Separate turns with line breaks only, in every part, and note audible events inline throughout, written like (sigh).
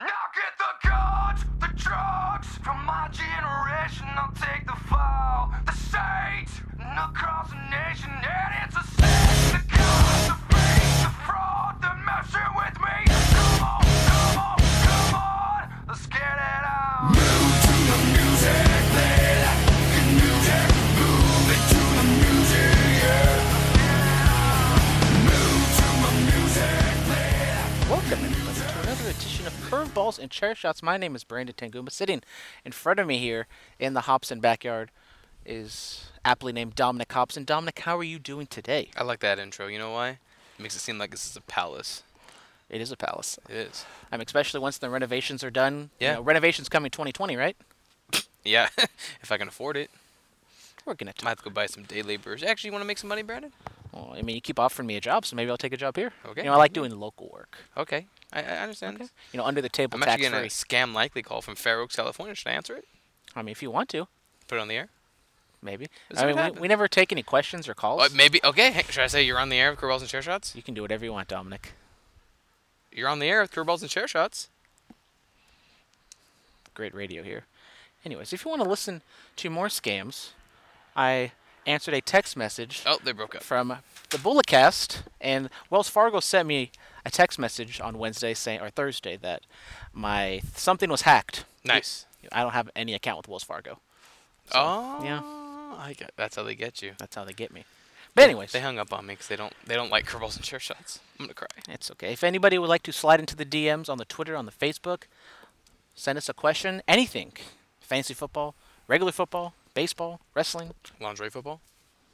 Get the guns, the drugs from my generation. I'll take the fall, the state, and across the nation. And it's a sin. The guns, the fake, the fraud, the messing with me. Come on, come on, come on. Let's get it on.
Welcome, everybody, to another edition of Curveballs and Chair Shots. My name is Brandon Tanguma. Sitting in front of me here in the Hobson backyard is aptly named Dominic Hobson. Dominic, how are you doing today?
I like that intro. You know why? It makes it seem like this is a palace.
It is a palace.
It is.
I'm especially once the renovations are done. you
Yeah.
know, renovations coming 2020, right?
Yeah, (laughs) if I can afford it,
We're gonna.
might have to go buy some day laborers. Actually, you want to make some money, Brandon?
well, I mean, you keep offering me a job, so maybe I'll take a job here.
Okay.
You know, I like doing local work.
Okay, I, I understand. this.
You know, under the table,
I'm
tax
actually getting
free.
a scam likely call from Fair Oaks, California. Should I answer it?
I mean, if you want to,
Put it on the air.
maybe.
Let's see
I
what
mean, we,
happens.
we never take any questions or calls.
Uh, maybe. Okay. Hey, should I say you're on the air with curveballs and chair shots?
you can do whatever you want, Dominic.
You're on the air with curveballs and chair shots.
great radio here. Anyways, if you want to listen to more scams, I answered a text message
Oh, they broke up.
from the Bullicast, and Wells Fargo sent me a text message on Wednesday saying or Thursday that my something was hacked.
Nice.
I don't have any account with Wells Fargo.
oh.
yeah.
I got. That's how they get you.
That's how they get me. But anyways,
They hung up on me because they don't. They don't like curveballs and chair shots. I'm gonna cry.
it's okay. If anybody would like to slide into the DMs on the Twitter, on the Facebook, send us a question, anything, fantasy football, regular football, baseball, wrestling,
Lingerie football.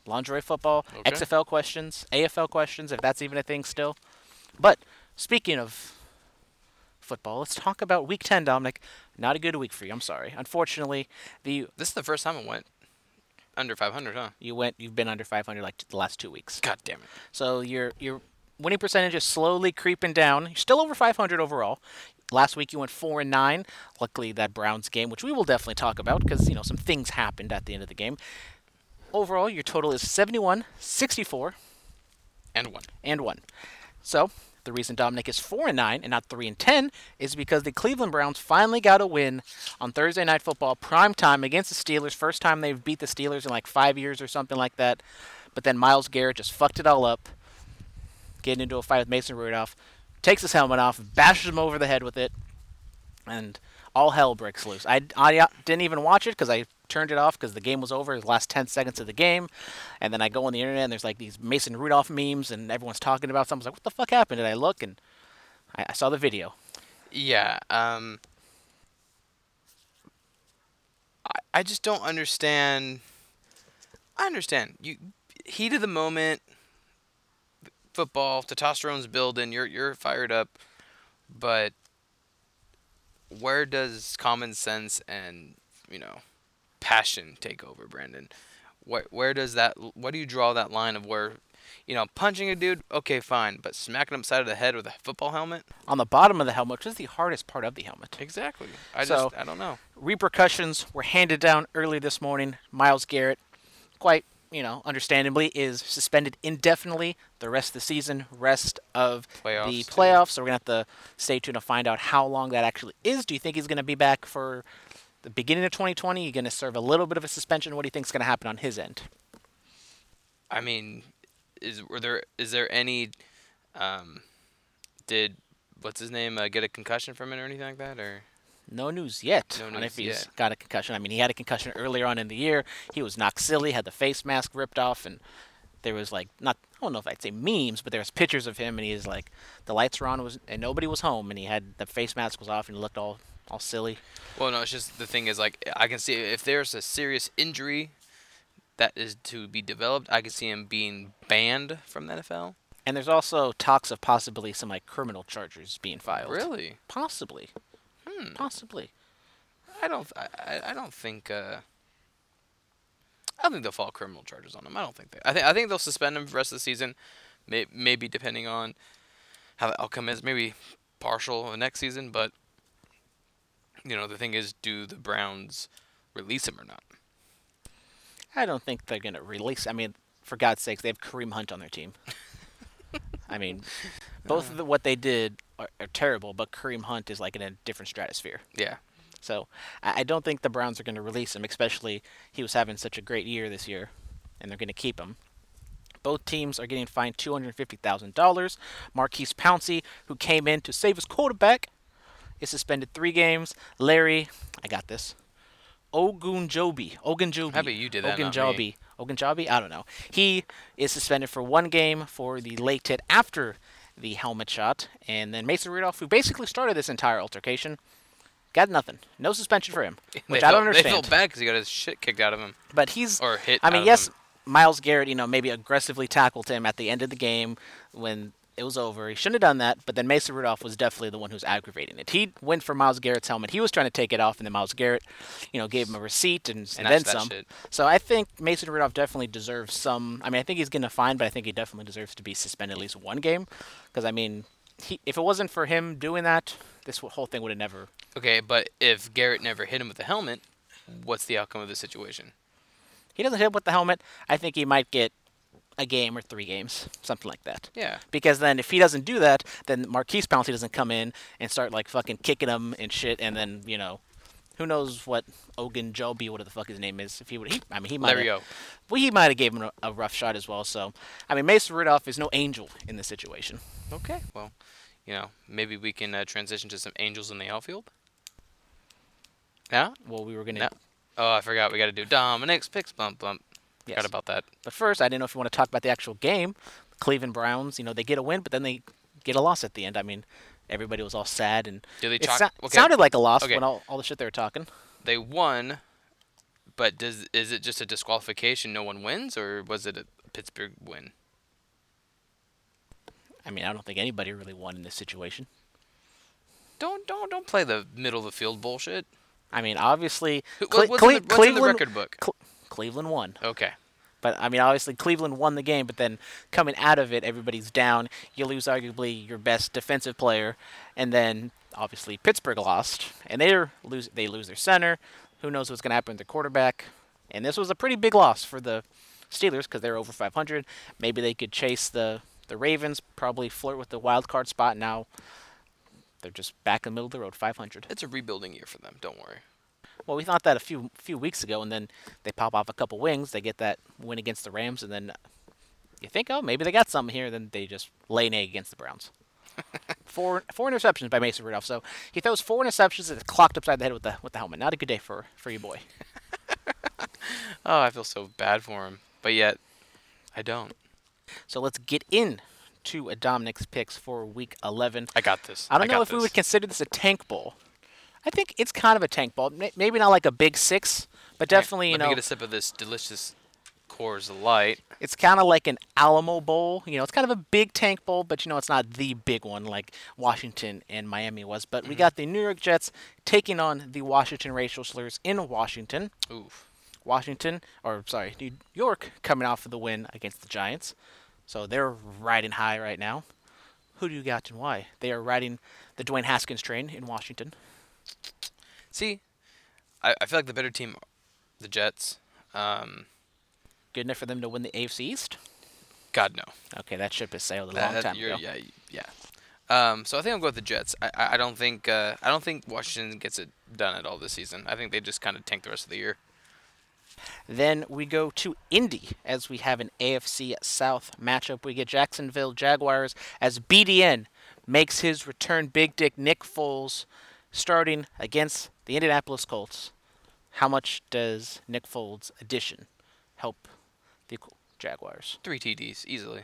lingerie football,
Okay.
XFL questions, AFL questions, if that's even a thing still. But speaking of football, let's talk about Week 10, Dominic. Not a good week for you. I'm sorry. Unfortunately, the
This is the first time it went under 500, huh?
you went you've been under 500 like the last two weeks.
God damn it.
So your your winning percentage is slowly creeping down. You're still over 500 overall. Last week you went four and nine. Luckily that Browns game, which we will definitely talk about because you know some things happened at the end of the game. Overall, your total is 71, 64,
And one.
and one. So the reason Dominic is four and nine and not three and ten is because the Cleveland Browns finally got a win on Thursday night football prime time against the Steelers. First time they've beat the Steelers in like five years or something like that. But then Miles Garrett just fucked it all up, getting into a fight with Mason Rudolph, takes his helmet off, bashes him over the head with it, and all hell breaks loose. I, I uh, didn't even watch it because I turned it off because the game was over, the last 10 seconds of the game. And then I go on the internet and there's like these Mason Rudolph memes and everyone's talking about something. I was like, what the fuck happened? And I look and I, I saw the video.
Yeah. Um. I I just don't understand. I understand you heat of the moment. Football testosterone's building. You're you're fired up, but where does common sense and you know passion take over, Brandon? Where where does that? Where do you draw that line of where? You know, punching a dude, okay, fine, but smacking him side of the head with a football helmet?
On the bottom of the helmet, which is the hardest part of the helmet.
Exactly. I
So-
just I don't know.
repercussions were handed down early this morning. Miles Garrett, quite you know, understandably, is suspended indefinitely the rest of the season, rest of the
Playoffs, too.
playoffs. So we're gonna have to stay tuned to find out how long that actually is. Do you think he's gonna be back for the beginning of 2020? You're gonna serve a little bit of a suspension. What do you think's gonna happen on his end?
I mean, is were there is there any um did what's his name uh, get a concussion from it or anything like that or
No news yet
No
on
news
if he's
yet.
got a concussion. I mean, he had a concussion earlier on in the year. He was knocked silly, had the face mask ripped off, and there was like not I don't know if I'd say memes, but there was pictures of him, and he was like the lights were on, was and nobody was home, and he had the face mask was off, and he looked all all silly.
Well, no, it's just the thing is like I can see if there's a serious injury that is to be developed, I can see him being banned from the NFL.
And there's also talks of possibly some like criminal charges being filed.
Really?
Possibly. Hmm. Possibly.
I don't I, I- I don't think uh I don't think they'll file criminal charges on him. I don't think they. I think I think they'll suspend him for the rest of the season, may, maybe depending on how the outcome is. Maybe partial next season, but you know the thing is, do the Browns release him or not?
I don't think they're gonna release. I mean, for God's sakes, they have Kareem Hunt on their team. I mean, both of the, what they did are, are terrible, but Kareem Hunt is like in a different stratosphere.
Yeah.
So I, I don't think the Browns are going to release him, especially he was having such a great year this year, and they're going to keep him. Both teams are getting fined $250,000. Marquise Pouncey, who came in to save his quarterback, is suspended three games. Larry, I got this. Ogunjobi. Ogunjobi.
I bet you did that, not
Ogunjobi.
me.
Ogunjobi? I don't know. He is suspended for one game for the late hit after the helmet shot. And then Mason Rudolph, who basically started this entire altercation, got nothing. No suspension for him, which
(laughs) they
I don't
felt-
understand.
They feel bad because he got his shit kicked out of him.
But he's
Or hit
I
out
mean,
of
yes,
him.
Miles Garrett, you know, maybe aggressively tackled him at the end of the game when it was over. He shouldn't have done that. But then Mason Rudolph was definitely the one who's aggravating it. He went for Miles Garrett's helmet. He was trying to take it off, and then Miles Garrett, you know, gave him a receipt and, and then
Snatched that
some.
shit.
So I think Mason Rudolph definitely deserves some. I mean, I think he's getting a fine, but I think he definitely deserves to be suspended at least one game. Because I mean, he, if it wasn't for him doing that, this whole thing would have never
Okay, but if Garrett never hit him with the helmet, what's the outcome of the situation?
he doesn't hit him with the helmet, I think he might get a game or three games, something like that.
Yeah.
Because then if he doesn't do that, then Marquise Pouncey doesn't come in and start like fucking kicking him and shit, and then you know, who knows what Ogun Joby, whatever the fuck his name is, if he would, he, I mean, he might.
Larry
have-
O.
Well, he might have gave him a, a rough shot as well. So, I mean, Mason Rudolph is no angel in this situation.
Okay. Well, you know, maybe we can uh, transition to some angels in the outfield. Yeah.
Well, we were gonna.
No. Oh, I forgot. We got to do Dominic's picks. Bump bump.
Yes.
Forgot about that.
But first, I didn't know if you want to talk about the actual game. Cleveland Browns, you know, they get a win, but then they get a loss at the end. I mean, everybody was all sad and
Do they
it
chalk-
sou-
okay.
sounded like a loss
Okay.
when all, all the shit they were talking.
They won, but does is it just a disqualification? No one wins, or was it a Pittsburgh win?
I mean, I don't think anybody really won in this situation.
Don't don't don't play the middle of the field bullshit.
I mean, obviously,
Who-
Cle-
what's
Cle-
in the- what's in the
Cleveland
record book?
Cle- Cleveland won,
Okay.
but I mean, obviously, Cleveland won the game. But then coming out of it, everybody's down. You lose arguably your best defensive player, and then obviously Pittsburgh lost, and they lose they lose their center. Who knows what's going to happen with their quarterback? And this was a pretty big loss for the Steelers because they're over 500. Maybe they could chase the the Ravens, probably flirt with the wild card spot. Now they're just back in the middle of the road, 500.
It's a rebuilding year for them. Don't worry.
Well, we thought that a few few weeks ago, and then they pop off a couple wings. They get that win against the Rams, and then uh, you think, oh, maybe they got something here. Then they just lay an egg against the
(laughs)
Browns. four four interceptions by Mason Rudolph. So he throws four interceptions and it's clocked upside the head with the with the helmet. Not a good day for for your
(laughs)
boy.
Oh, I feel so bad for him, but yet I don't.
So let's get in to a Dominic's picks for Week 11.
I got this.
I don't know
got
if we would
this.
consider this a tank bowl. I think it's kind of a tank bowl. May- Maybe not like a big six, but
Okay,
definitely you
Let
know
me get a sip of this delicious Coors Light.
It's kind of like an Alamo Bowl. You know, it's kind of a big tank bowl, but you know, it's not the big one like Washington and Miami was. But we got the New York Jets taking on the Washington Racial Slurs in Washington.
Oof.
Washington, or sorry, New York coming off of the win against the Giants. So they're riding high right now. Who do you got and why? They are riding the Dwayne Haskins train in Washington.
See, I, I feel like the better team, the Jets. Um,
Good enough for them to win the AFC East?
God no.
Okay, that ship has sailed a
That-
long
that-
time
you're-
ago.
Yeah, y- yeah. Um, so I think I'll go with the Jets. I, I I don't think uh, I don't think Washington gets it done at all this season. I think they just kind of tank the rest of the year.
Then we go to Indy as we have an AFC South matchup. We get Jacksonville Jaguars as BDN makes his return. Big Dick Nick Foles starting against the Indianapolis Colts. How much does Nick Foles' addition help the Col- Jaguars?
Three TDs easily.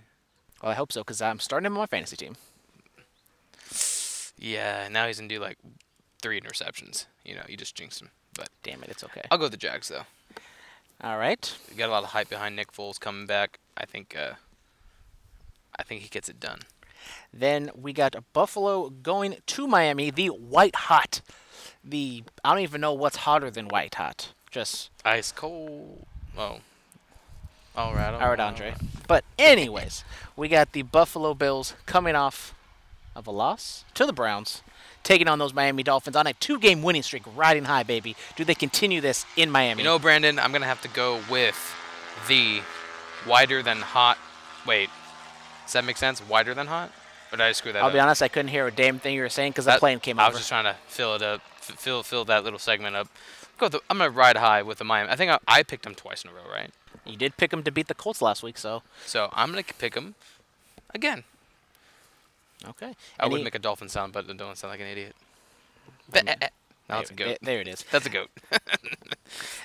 Well, I hope so because I'm starting him on my fantasy team.
Yeah. Now he's gonna do like three interceptions. You know, you just jinxed him. But
Damn it, it's okay.
I'll go with the Jags though.
All right.
We got a lot of hype behind Nick Foles coming back. I think. Uh, I think he gets it done.
Then we got Buffalo going to Miami, the white hot. The I don't even know what's hotter than white hot. Just
Ice cold. Oh. All right.
All right, Andre. But anyways, we got the Buffalo Bills coming off of a loss to the Browns, taking on those Miami Dolphins on a two-game winning streak, riding high, baby. Do they continue this in Miami?
You know, Brandon, I'm gonna have to go with the wider than hot. Wait, does that make sense? Wider than hot? Or Or did I screw that
I'll
up?
be honest, I couldn't hear a damn thing you were saying because the
uh, That-
plane came
I
over.
was just trying to fill it up, f- fill fill that little segment up. Go. The, I'm gonna ride high with the Miami. I think I, I picked them twice in a row, right?
You did pick them to beat the Colts last week, so
So I'm gonna pick them again.
okay.
I would
Any-
make a dolphin sound, but I don't wanna sound like an idiot. Bah, eh, eh. No, that's a
there,
goat.
there it is.
That's a goat.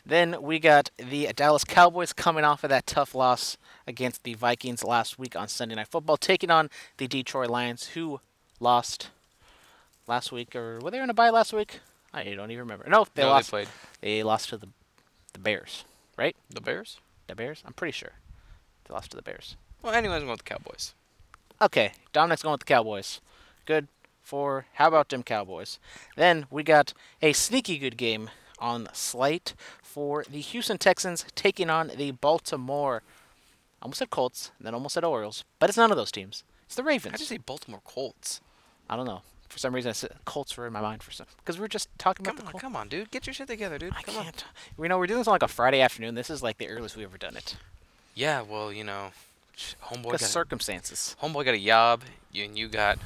Then we got the Dallas Cowboys coming off of that tough loss against the Vikings last week on Sunday Night Football, taking on the Detroit Lions, who lost last week, or were they on a bye last week? I don't even remember. No, (laughs) they
No,
lost.
They played
they lost to the the Bears, right?
the Bears.
The Bears? I'm pretty sure they lost to the Bears.
Well, anyways, I'm going with the Cowboys.
Okay, Dominic's going with the Cowboys. Good for how about them Cowboys? Then we got a sneaky good game on slate for the Houston Texans taking on the Baltimore. I almost said Colts, and then almost said Orioles, but it's none of those teams. It's the Ravens.
I just say Baltimore Colts.
I don't know. For some reason, I said Colts were in my mind for some because we were just talking
Come
about the
on,
Colts.
come on, dude. Get your shit together, dude.
I
Come on.
can't. We know we're doing this on like a Friday afternoon. This is like the earliest we've ever done it.
Yeah, well, you know, sh- homeboy
Because
got
circumstances.
homeboy got a job, you- and you got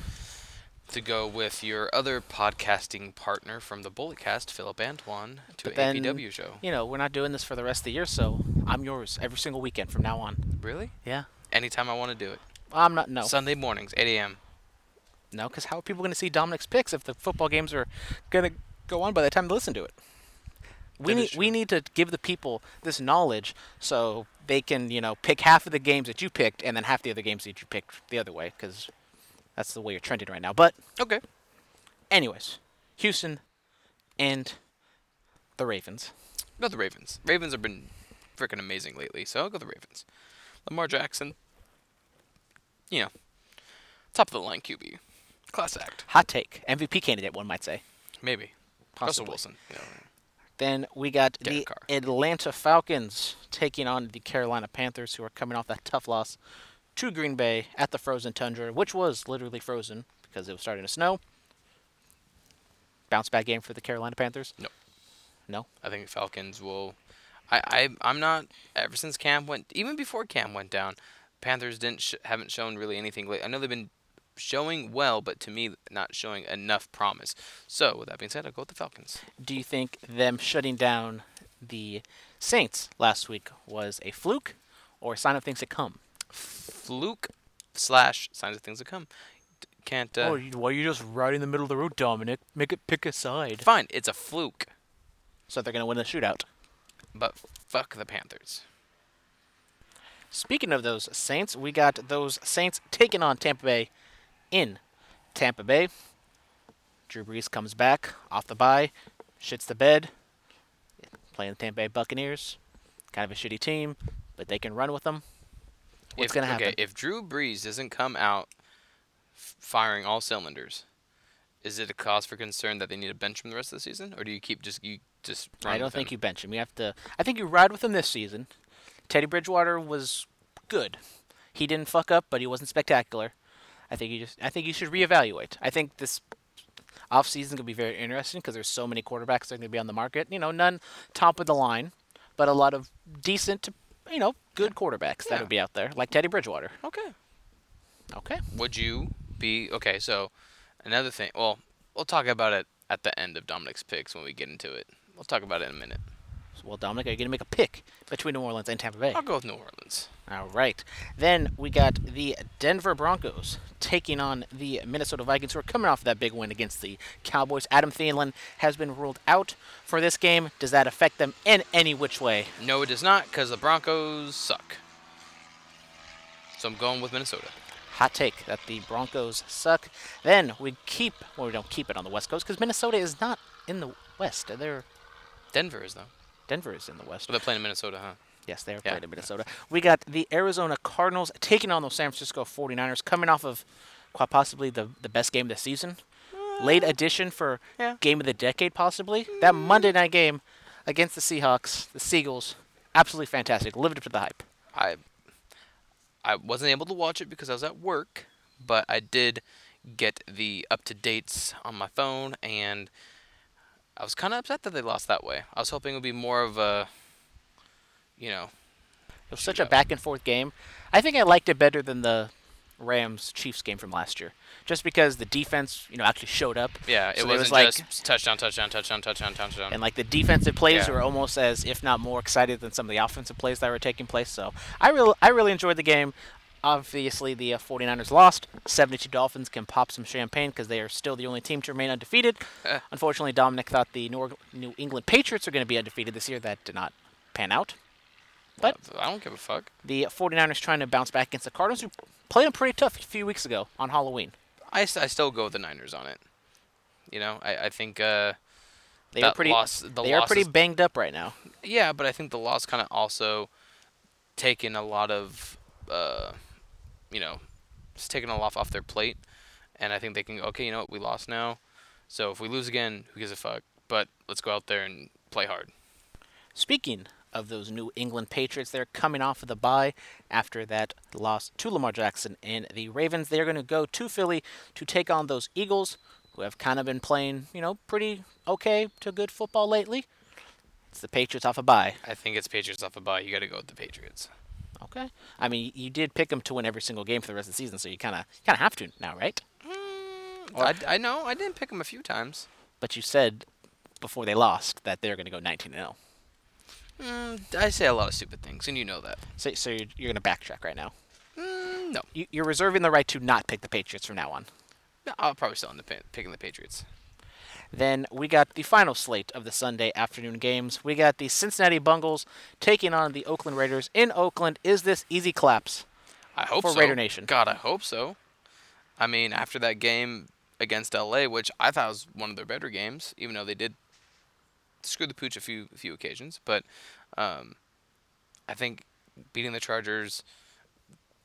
to go with your other podcasting partner from the Bulletcast, Philip Antoine, to
But
an
then,
APW show.
you know, we're not doing this for the rest of the year, so I'm yours every single weekend from now on.
Really?
Yeah.
Anytime I want to do it.
I'm not. No.
Sunday mornings, 8 a.m.
No, because how are people going to see Dominic's picks if the football games are going to go on by the time they listen to it? We
That is
need, we
true.
need to give the people this knowledge so they can, you know, pick half of the games that you picked and then half the other games that you picked the other way because that's the way you're trending right now. But,
Okay.
anyways, Houston and the Ravens.
Go the Ravens. Ravens have been freaking amazing lately, so I'll go the Ravens. Lamar Jackson, you know, top of the line QB. Class act.
Hot take. MVP candidate, one might say.
Maybe.
Possibly.
Russell Wilson. you know.
Then we got the
Derek Carr.
Atlanta Falcons taking on the Carolina Panthers, who are coming off that tough loss to Green Bay at the frozen tundra, which was literally frozen because it was starting to snow. Bounce back game for the Carolina Panthers.
No.
No.
I think Falcons will. I, I I'm not. Ever since Cam went, even before Cam went down, Panthers didn't sh- haven't shown really anything. Late. I know they've been showing well, but to me, not showing enough promise. So with that being said, I'll go with the Falcons.
Do you think them shutting down the Saints last week was a fluke or a sign of things to come?
Fluke slash signs of things to come. D- Can't. Uh,
Oh, you, why are you just right in the middle of the road, Dominic? Make it pick a side.
fine, it's a fluke,
So they're going to win the shootout.
but fuck the Panthers.
Speaking of those Saints, we got those Saints taking on Tampa Bay in Tampa Bay. Drew Brees comes back off the bye, shits the bed, playing the Tampa Bay Buccaneers. Kind of a shitty team, but they can run with them. What's
if,
gonna
okay,
happen?
if Drew Brees doesn't come out f- firing all cylinders, is it a cause for concern that they need to bench him the rest of the season, or do you keep just you just?
I don't think you bench him. You have to. I think you ride with him this season. Teddy Bridgewater was good. He didn't fuck up, but he wasn't spectacular. I think you just. I think you should reevaluate. I think this offseason going to be very interesting because there's so many quarterbacks that are going to be on the market. You know, none top of the line, but a lot of decent, to, you know, good quarterbacks that
Yeah.
will be out there, like Teddy Bridgewater.
you. Okay.
Okay.
Would you be okay? So, another thing. Well, we'll talk about it at the end of Dominic's picks when we get into it. We'll talk about it in a minute.
Well, Dominic, are you going to make a pick between New Orleans and Tampa Bay?
I'll go with New Orleans.
All right. Then we got the Denver Broncos taking on the Minnesota Vikings, who are coming off that big win against the Cowboys. Adam Thielen has been ruled out for this game. Does that affect them in any which way?
No, it does not, because the Broncos suck. So I'm going with Minnesota.
Hot take that the Broncos suck. Then we keep, well, we don't keep it on the West Coast because Minnesota is not in the West. They're,
Denver is though.
Denver is in the West.
But they're playing in Minnesota, huh?
Yes, they are
Yeah.
playing in Minnesota. We got the Arizona Cardinals taking on those San Francisco 49ers, coming off of quite possibly the, the best game this season. Late addition for
yeah.
game of the decade, possibly. That Monday night game against the Seahawks, the Seagulls, absolutely fantastic. Lived up to the hype.
I I wasn't able to watch it because I was at work, but I did get the up to dates on my phone, and I was kind of upset that they lost that way. I was hoping it would be more of a, you know,
It was such a
Shootout.
back and forth game. I think I liked it better than the Rams Chiefs game from last year, just because the defense, you know, actually showed up.
Yeah, it
So
wasn't
was like
just touchdown, touchdown, touchdown, touchdown, touchdown.
and like the defensive plays
Yeah.
were almost as, if not more, excited than some of the offensive plays that were taking place. So I really, I really enjoyed the game. Obviously, the uh, 49ers lost. 72 Dolphins can pop some champagne because they are still the only team to remain undefeated.
Eh.
Unfortunately, Dominic thought the New, Org- New England Patriots are going to be undefeated this year. That did not pan out. But
I don't give a fuck.
the uh, 49ers trying to bounce back against the Cardinals, who played them pretty tough a few weeks ago on Halloween.
I, s- I still go with the Niners on it. You know, I, I think uh,
They are
That
pretty,
loss- the
they are
loss
pretty
is-
banged up right now.
yeah, but I think the loss kind of also taken a lot of uh, you know, it's taken a lot off their plate, and I think they can go, okay, you know what, we lost now, so if we lose again, who gives a fuck? But let's go out there and play hard.
Speaking of those New England Patriots, they're coming off of the bye after that loss to Lamar Jackson and the Ravens. They're going to go to Philly to take on those Eagles, who have kind of been playing, you know, pretty okay to good football lately. It's the Patriots off a bye.
I think it's Patriots off a bye. You got to go with the Patriots.
Okay. I mean, you did pick them to win every single game for the rest of the season, so you kind of kind of have to now, right?
I, I know I didn't pick them a few times.
But you said before they lost that they're going to go oh. 19 0.
Mm, I say a lot of stupid things, and you know that.
So, so you're, you're going to backtrack right now.
Mm, no,
You, you're reserving the right to not pick the Patriots from now on.
No, I'll probably still end up pi- picking the Patriots.
Then we got the final slate of the Sunday afternoon games. We got the Cincinnati Bungles taking on the Oakland Raiders in Oakland. Is this easy claps?
I hope
for
so.
Raider Nation.
God, I hope so. I mean, after that game against LA, which I thought was one of their better games, even though they did screw the pooch a few few occasions, but um, I think beating the Chargers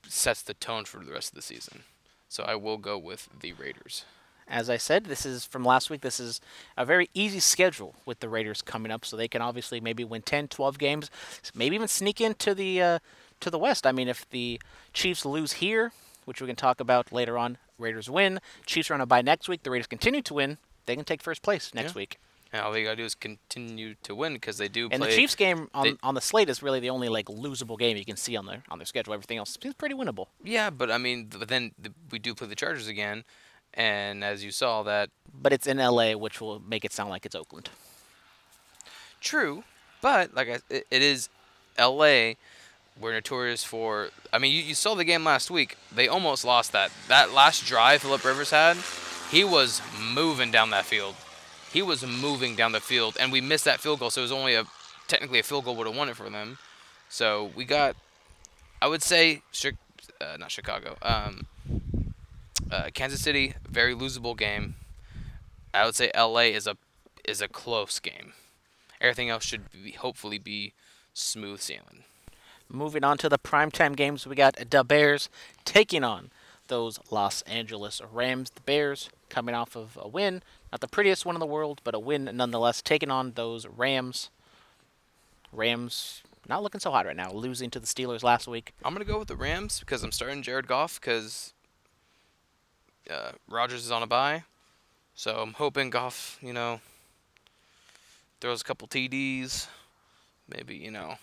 sets the tone for the rest of the season. So I will go with the Raiders.
As I said, this is from last week. This is a very easy schedule with the Raiders coming up, so they can obviously maybe win 10, 12 games, maybe even sneak into the uh, to the West. I mean, if the Chiefs lose here, which we can talk about later on, Raiders win. Chiefs are on a bye next week. The Raiders continue to win. They can take first place next
Yeah.
week.
And all they gotta do is continue to win because they do
And
play.
the Chiefs game on,
they-
on the slate is really the only like losable game you can see on their on their schedule. Everything else seems pretty winnable.
Yeah, but I mean, th- but then th- we do play the Chargers again, and as you saw, that
But it's in LA, which will make it sound like it's Oakland.
True, but like I, it, it is L.A. We're notorious for. I mean, you, you saw the game last week. They almost lost that. That last drive Philip Rivers had, he was moving down that field. He was moving down the field, and we missed that field goal. So it was only a technically a field goal would have won it for them. So we got, I would say, Chi- uh, not Chicago, um, uh, Kansas City, very losable game. I would say L.A. is a is a close game. Everything else should be, hopefully be smooth sailing.
Moving on to the primetime games, we got the Bears taking on those Los Angeles Rams. The Bears coming off of a win, not the prettiest one in the world, but a win nonetheless, taking on those Rams. Rams not looking so hot right now, losing to the Steelers last week.
I'm gonna go with the Rams because I'm starting Jared Goff because uh, Rogers is on a bye, so I'm hoping Goff, you know, throws a couple TDs, maybe you know,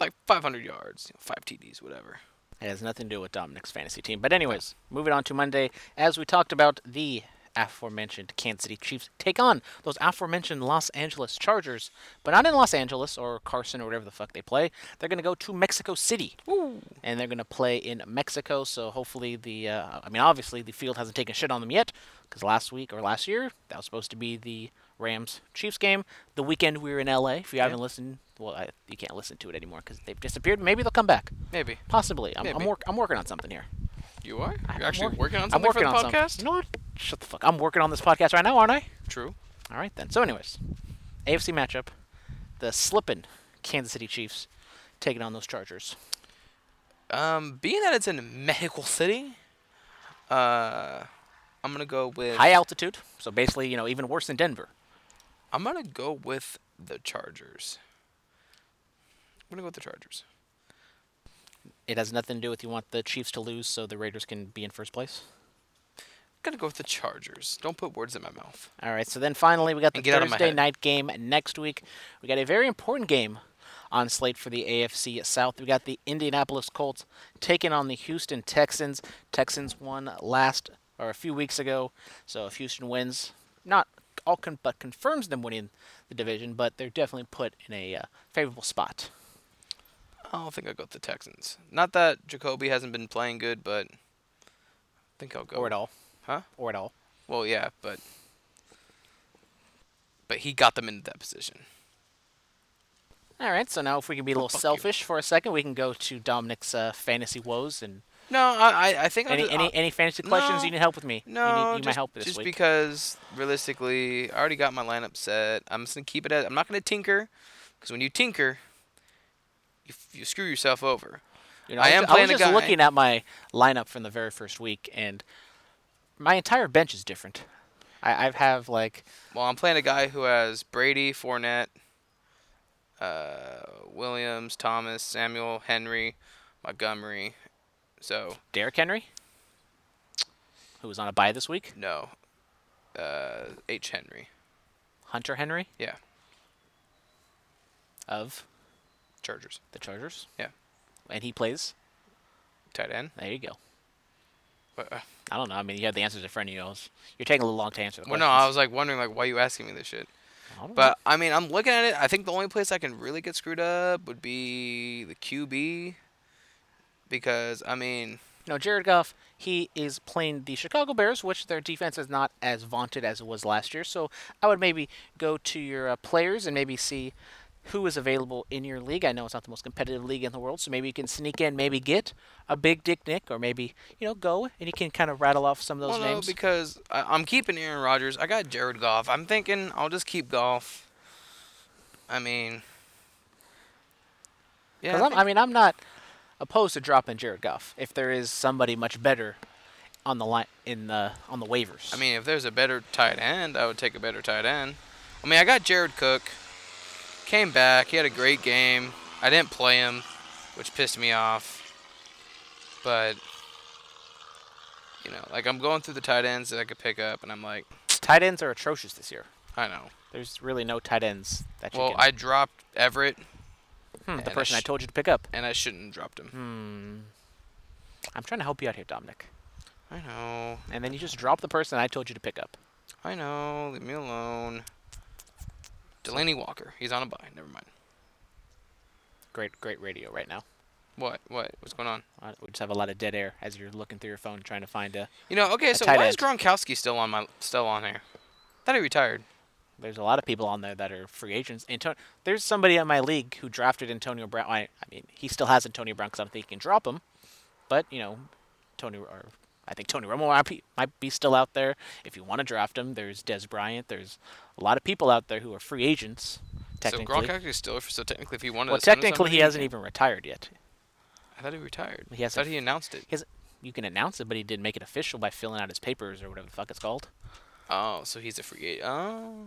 like 500 yards, you know, five TDs, whatever.
It has nothing to do with Dominic's fantasy team. But anyways, moving on to Monday, as we talked about, the aforementioned Kansas City Chiefs take on those aforementioned Los Angeles Chargers, but not in Los Angeles or Carson or whatever the fuck they play. They're gonna go to Mexico City, and they're gonna play in Mexico. So hopefully the, uh, I mean obviously the field hasn't taken shit on them yet, because last week or last year that was supposed to be the Rams Chiefs game. The weekend we were in LA. If you haven't listened, well I, you can't listen to it anymore because they've disappeared. Maybe they'll come back.
Maybe
Possibly. I'm, I'm,
Maybe.
work, I'm working on something here.
you are.
I'm
You're actually
work-
working on
I'm
something
working
for the
on
podcast.
Something. You know what? Shut the fuck. I'm working on this podcast right now, aren't I?
True.
All right then. So, anyways, AFC matchup: the slipping Kansas City Chiefs taking on those Chargers.
Um, being that it's in Mexico City, uh, I'm gonna go with
High altitude, so basically, you know, even worse than Denver.
I'm gonna go with the Chargers. I'm gonna go with the Chargers.
It has nothing to do with you want the Chiefs to lose so the Raiders can be in first place.
gonna go with the Chargers. Don't put words in my mouth.
All right. So then finally, we got the
And get out of my
Thursday
head.
night game next week. We got a very important game on slate for the AFC South. We got the Indianapolis Colts taking on the Houston Texans. Texans won last or a few weeks ago, so if Houston wins, not all con- but confirms them winning the division, but they're definitely put in a uh, favorable spot.
I don't think I'll go with the Texans. Not that Jacoby hasn't been playing good, but I think I'll go.
Or at all.
Huh?
Or at all.
Well, yeah, but but he got them into that position.
All right, so now if we can be a little
Oh, fuck you.
selfish for a second, we can go to Dominic's uh, fantasy woes and
No, I I- I think I'll
any
just,
any, any fantasy questions.
no.
you need help with me. you
No,
need, you my
just,
help this
just
week.
because realistically, I already got my lineup set. I'm just gonna keep it at. I'm not gonna tinker, because when you tinker, you, f- you screw yourself over.
You know,
I
was
am
ju- I
playing a
was just
guy-
looking at my lineup from the very first week, and my entire bench is different. I, I have like
Well, I'm playing a guy who has Brady, Fournette, uh, Williams, Thomas, Samuel, Henry, Montgomery. So
Derrick Henry, who was on a bye this week,
no, uh, H Henry.
Hunter Henry
Yeah,
of
Chargers
the Chargers,
Yeah.
and he plays.
tight end.
There you go.
But, uh,
I don't know. I mean, you have the answers in front of you. I was- You're taking a little long to answer the
well,
question.
no, I was like wondering like why you asking me this shit. But I mean, I'm looking at it. I think the only place I can really get screwed up would be the QB, because I mean,
No, Jared Goff, he is playing the Chicago Bears, which their defense is not as vaunted as it was last year. So I would maybe go to your uh, players and maybe see who is available in your league. I know it's not the most competitive league in the world, so maybe you can sneak in, maybe get a big Dick Nick, or maybe you know go and you can kind of rattle off some of those
well, no,
names.
because I, I'm keeping Aaron Rodgers. I got Jared Goff. I'm thinking I'll just keep Goff. I mean, yeah,
'Cause
I
I'm, I
think-
mean, I'm not opposed to dropping Jared Goff if there is somebody much better on the line in the on the waivers.
I mean, if there's a better tight end, I would take a better tight end. I mean, I got Jared Cook. Came back. He had a great game. I didn't play him, which pissed me off. But you know, like I'm going through the tight ends that I could pick up, and I'm like,
tight ends are atrocious this year.
I know.
There's really no tight ends that you
Well,
can.
I dropped Everett,
Hmm,
And
the
I
person I
sh-
told Hmm. you to pick up.
and I shouldn't have dropped him.
I'm trying to help you out here, Dominic.
I know.
And then you just drop the person I told you to pick up.
I know. Leave me alone. Delaney Walker. He's on a bye. Never mind.
Great, great radio right now.
What? What? What's going on?
Uh, We just have a lot of dead air as you're looking through your phone trying to find a.
You know, okay, so
tight
why is Gronkowski still on my still on here? Thought he retired.
There's a lot of people on there that are free agents. Antonio, there's somebody in my league who drafted Antonio Brown. I, I mean, he still has Antonio Brown because I don't think he can drop him. But you know, Tony or I think Tony Romo might be, might be still out there. If you want to draft him, there's Des Bryant. There's a lot of people out there who are free agents.
So
Technically,
Gronkowski's still so technically if he wanted
well,
to send to
technically he
somebody,
hasn't even retired yet.
I thought he retired.
He hasn't-
thought he announced it.
His, you can announce it, but he didn't make it official by filling out his papers or whatever the fuck it's called.
Oh, so he's a free agent. Oh.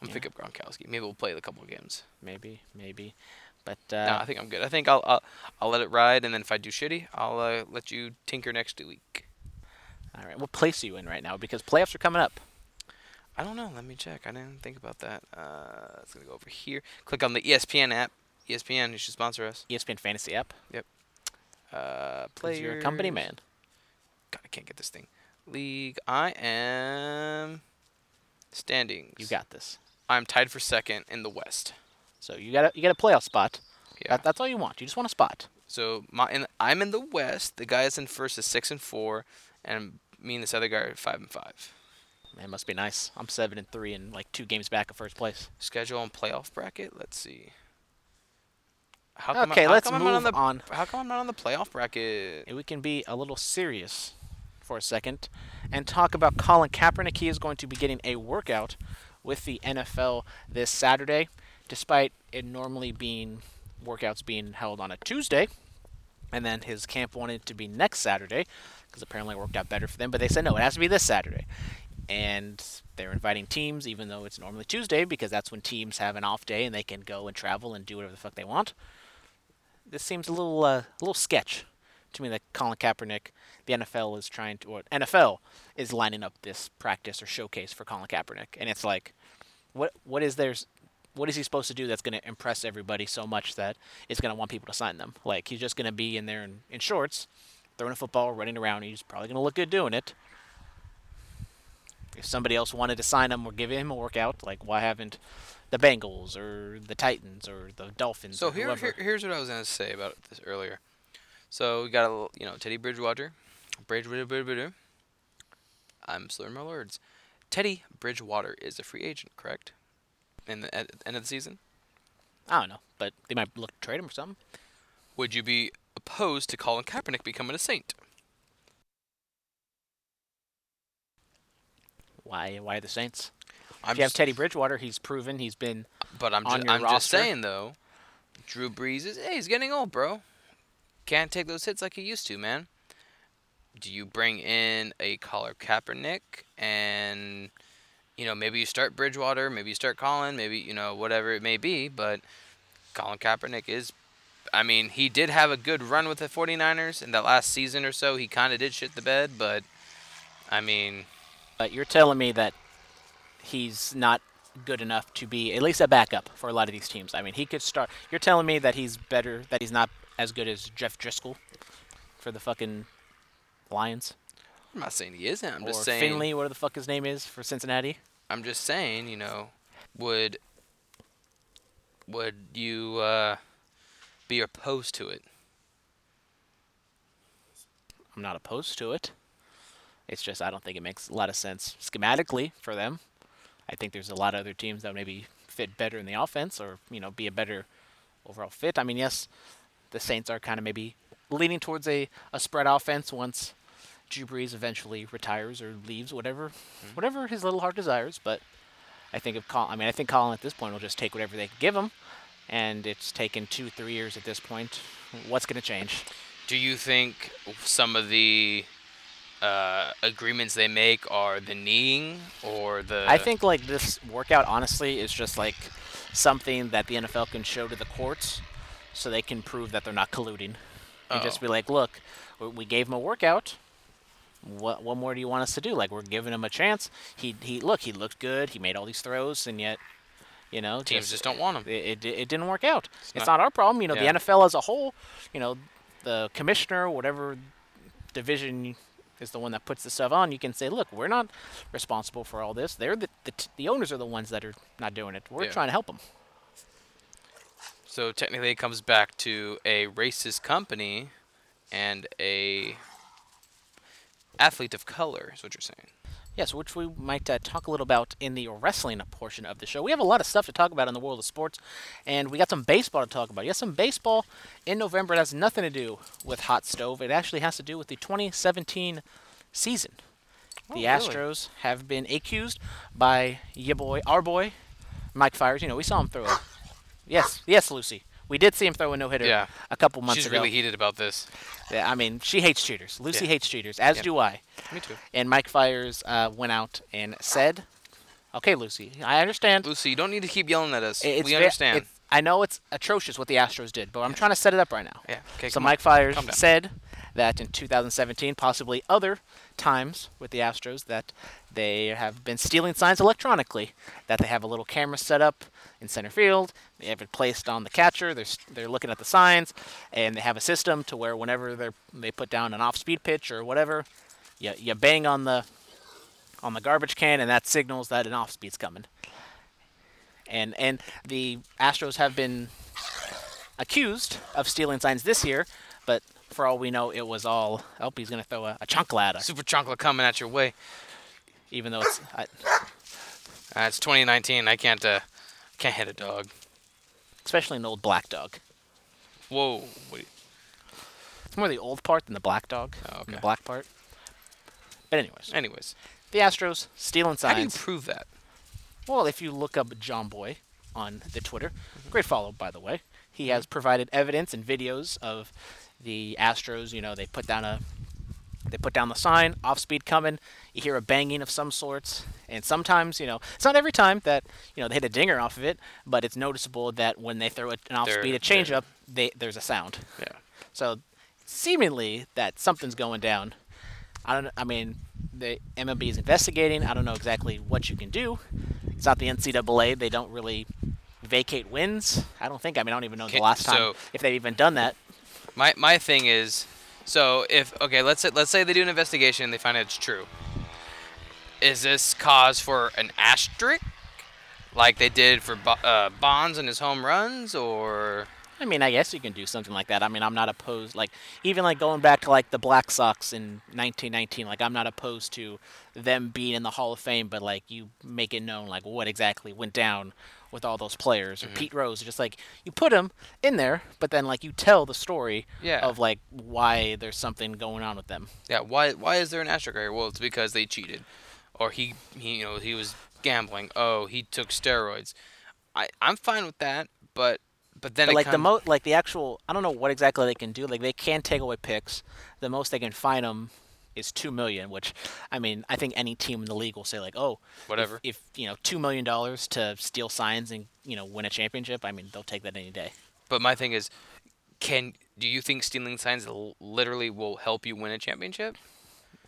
I'm gonna pick up Gronkowski. Maybe we'll play a couple of games.
Maybe, maybe. But uh,
no, I think I'm good. I think I'll, I'll I'll let it ride, and then if I do shitty, I'll uh, let you tinker next week.
all right, what place are you in right now? Because playoffs are coming up.
I don't know. Let me check. I didn't think about that. Uh, it's gonna go over here. Click on the E ESPN app. ESPN, you should sponsor us.
ESPN Fantasy app.
Uh,
'cause
players.
You're a company man.
God, I can't get this thing. League. I am standings.
You got this.
I'm tied for second in the West.
So you got a, you got a playoff spot.
Yeah.
That, that's all you want. You just want a spot.
so my in, I'm in the West. The guy that's in first is six and four, and me and this other guy are five and five.
That must be nice. I'm seven and three and like two games back of first place.
Schedule and playoff bracket. Let's see. How
Okay,
how
let's
come I'm not
move
on,
on.
the, How come I'm not on the playoff bracket?
And we can be a little serious for a second and talk about Colin Kaepernick. He is going to be getting a workout with the NFL this Saturday, despite it normally being workouts being held on a Tuesday. And then his camp wanted it to be next Saturday because apparently it worked out better for them. But they said no, it has to be this Saturday. And they're inviting teams, even though it's normally Tuesday, because that's when teams have an off day and they can go and travel and do whatever the fuck they want this seems a little uh, a little sketch to me that Colin Kaepernick, the NFL is trying to, or NFL is lining up this practice or showcase for Colin Kaepernick, and it's like, what what is there what is he supposed to do that's going to impress everybody so much that it's going to want people to sign them? Like he's just going to be in there in, in shorts, throwing a football, running around. He's probably going to look good doing it. If somebody else wanted to sign him or give him a workout, like why haven't the Bengals or the Titans or the Dolphins?
So
or
here,
whoever-
here, here's what I was gonna say about this earlier. So we got a little, you know Teddy Bridgewater, Bridgewater, Bridgewater. I'm slurring my words. Teddy Bridgewater is a free agent, correct? In the, at the end of the season,
I don't know, but they might look to trade him or something.
would you be opposed to Colin Kaepernick becoming a Saint?
Why? Why the Saints?
I'm
if you have
just-
Teddy Bridgewater, he's proven he's been
But I'm
on
just,
your
I'm just
roster.
saying though, Drew Brees is hey, he's getting old, bro. Can't take those hits like he used to, man. Do you bring in a Collar Kaepernick and you know maybe you start Bridgewater, maybe you start Colin, maybe you know whatever it may be, but Colin Kaepernick is. I mean, he did have a good run with the 49ers in that last season or so. He kind of did shit the bed, but I mean,
But you're telling me that he's not good enough to be at least a backup for a lot of these teams. I mean, he could start. You're telling me that he's better, that he's not as good as Jeff Driscoll for the fucking Lions
I'm not saying he isn't. I'm
or
just saying
Finley, whatever the fuck his name is for Cincinnati.
I'm just saying, you know, would would you uh, be opposed to it?
I'm not opposed to it. It's just I don't think it makes a lot of sense schematically for them. I think there's a lot of other teams that maybe fit better in the offense or, you know, be a better overall fit. I mean, yes, the Saints are kind of maybe leaning towards a, a spread offense once Drew Brees eventually retires or leaves, whatever whatever his little heart desires, but I think if Colin, I mean, I think Colin at this point will just take whatever they can give him, and it's taken two, three years at this point. What's going to change?
Do you think some of the uh, agreements they make are the kneeing or the?
I think like this workout honestly is just like something that the NFL can show to the courts so they can prove that they're not colluding and just
Oh.
be like, look, we- we gave him a workout. What what more do you want us to do? Like we're giving him a chance. He he look, he looked good. He made all these throws and yet you know,
Teams just don't want 'em.
It, it, it didn't work out. It's,
not-
not, our problem. You know,
Yeah.
the NFL as a whole, you know, the commissioner, whatever division is the one that puts the stuff on, you can say, look, we're not responsible for all this. They're the the, t- the owners are the ones that are not doing it. We're
Yeah.
trying to help them.
So technically, it comes back to a racist company and a athlete of color. Is what you're saying?
Yes, which we might uh, talk a little about in the wrestling portion of the show. We have a lot of stuff to talk about in the world of sports, and we got some baseball to talk about. Yes, some baseball in November. It has nothing to do with Hot Stove. It actually has to do with the 2017 season. the
Oh, really?
Astros have been accused by your boy, our boy, Mike Fires. You know, we saw him
(laughs)
throw. A, yes, yes, Lucy. We did see him throw a no hitter
Yeah.
a couple months
She's
ago.
really heated about this.
Yeah, I mean, she hates cheaters. Lucy
Yeah.
hates cheaters, as
Yeah.
do I.
Me too.
And Mike Fires uh, went out and said, "Okay, Lucy, I understand.
Lucy, you don't need to keep yelling at us.
It- it's
we
ve-
understand.
it's- I know it's atrocious what the Astros did, but I'm trying to set it up right now.
Yeah, okay,
so
come on,
Mike Fires
calm down.
said that in 2017, possibly other times with the Astros, that they have been stealing signs electronically. That they have a little camera set up in center field. They have it placed on the catcher. They're s- they're looking at the signs, and they have a system to where whenever they they put down an off-speed pitch or whatever, you you bang on the on the garbage can, and that signals that an off-speed's coming. And and the Astros have been accused of stealing signs this year, but for all we know, it was all. Oh, he's gonna throw a, a chunkle at us,
Super chocolate coming at your way.
even though it's. I,
Uh, it's 2019. I can't uh, can't hit a dog.
especially an old black dog.
Whoa. Wait.
It's more the old part than the black dog.
Oh,
than
okay.
The black part. But anyways,
Anyways,
the Astros stealing
how do you
signs.
prove that?
Well, if you look up John Boy on the Twitter,
Mm-hmm.
great follow by the way. He has provided evidence and videos of the Astros. You know, they put down a they put down the sign, off speed coming. You hear a banging of some sorts, and sometimes you know it's not every time that you know they hit a dinger off of it, but it's noticeable that when they throw an off speed
They're-
a changeup, they there's a sound.
Yeah.
So seemingly that something's going down. I don't. I mean, the MLB is investigating. I don't know exactly what you can do. It's not the NCAA. They don't really vacate wins. I don't think. I mean, I don't even know the
Okay,
last time
so-
if they've even done that.
My my thing is, so if okay, let's say, let's say they do an investigation and they find out it's true. Is this cause for an asterisk, like they did for Bo- uh, Bonds and his home runs, or
I mean, I guess you can do something like that. I mean, I'm not opposed. Like even like going back to like the Black Sox in 1919. Like I'm not opposed to them being in the Hall of Fame, but like you make it known like what exactly went down with all those players or Pete Rose. Just like you put them in there, but then like you tell the story
Yeah.
of like why there's something going on with them.
yeah? Why why is there an asterisk? Right? here? Well, it's because they cheated, or he, he you know he was gambling. Oh, he took steroids. I I'm fine with that, but but then
But
it
like the
come-
mo like the actual I don't know what exactly they can do. Like they can take away picks. The most they can fine them is two million, which I mean I think any team in the league will say like oh if-
Whatever.
If, you know two million dollars to steal signs and you know win a championship, I mean they'll take that any day.
But my thing is, can do you think stealing signs l- literally will help you win a championship?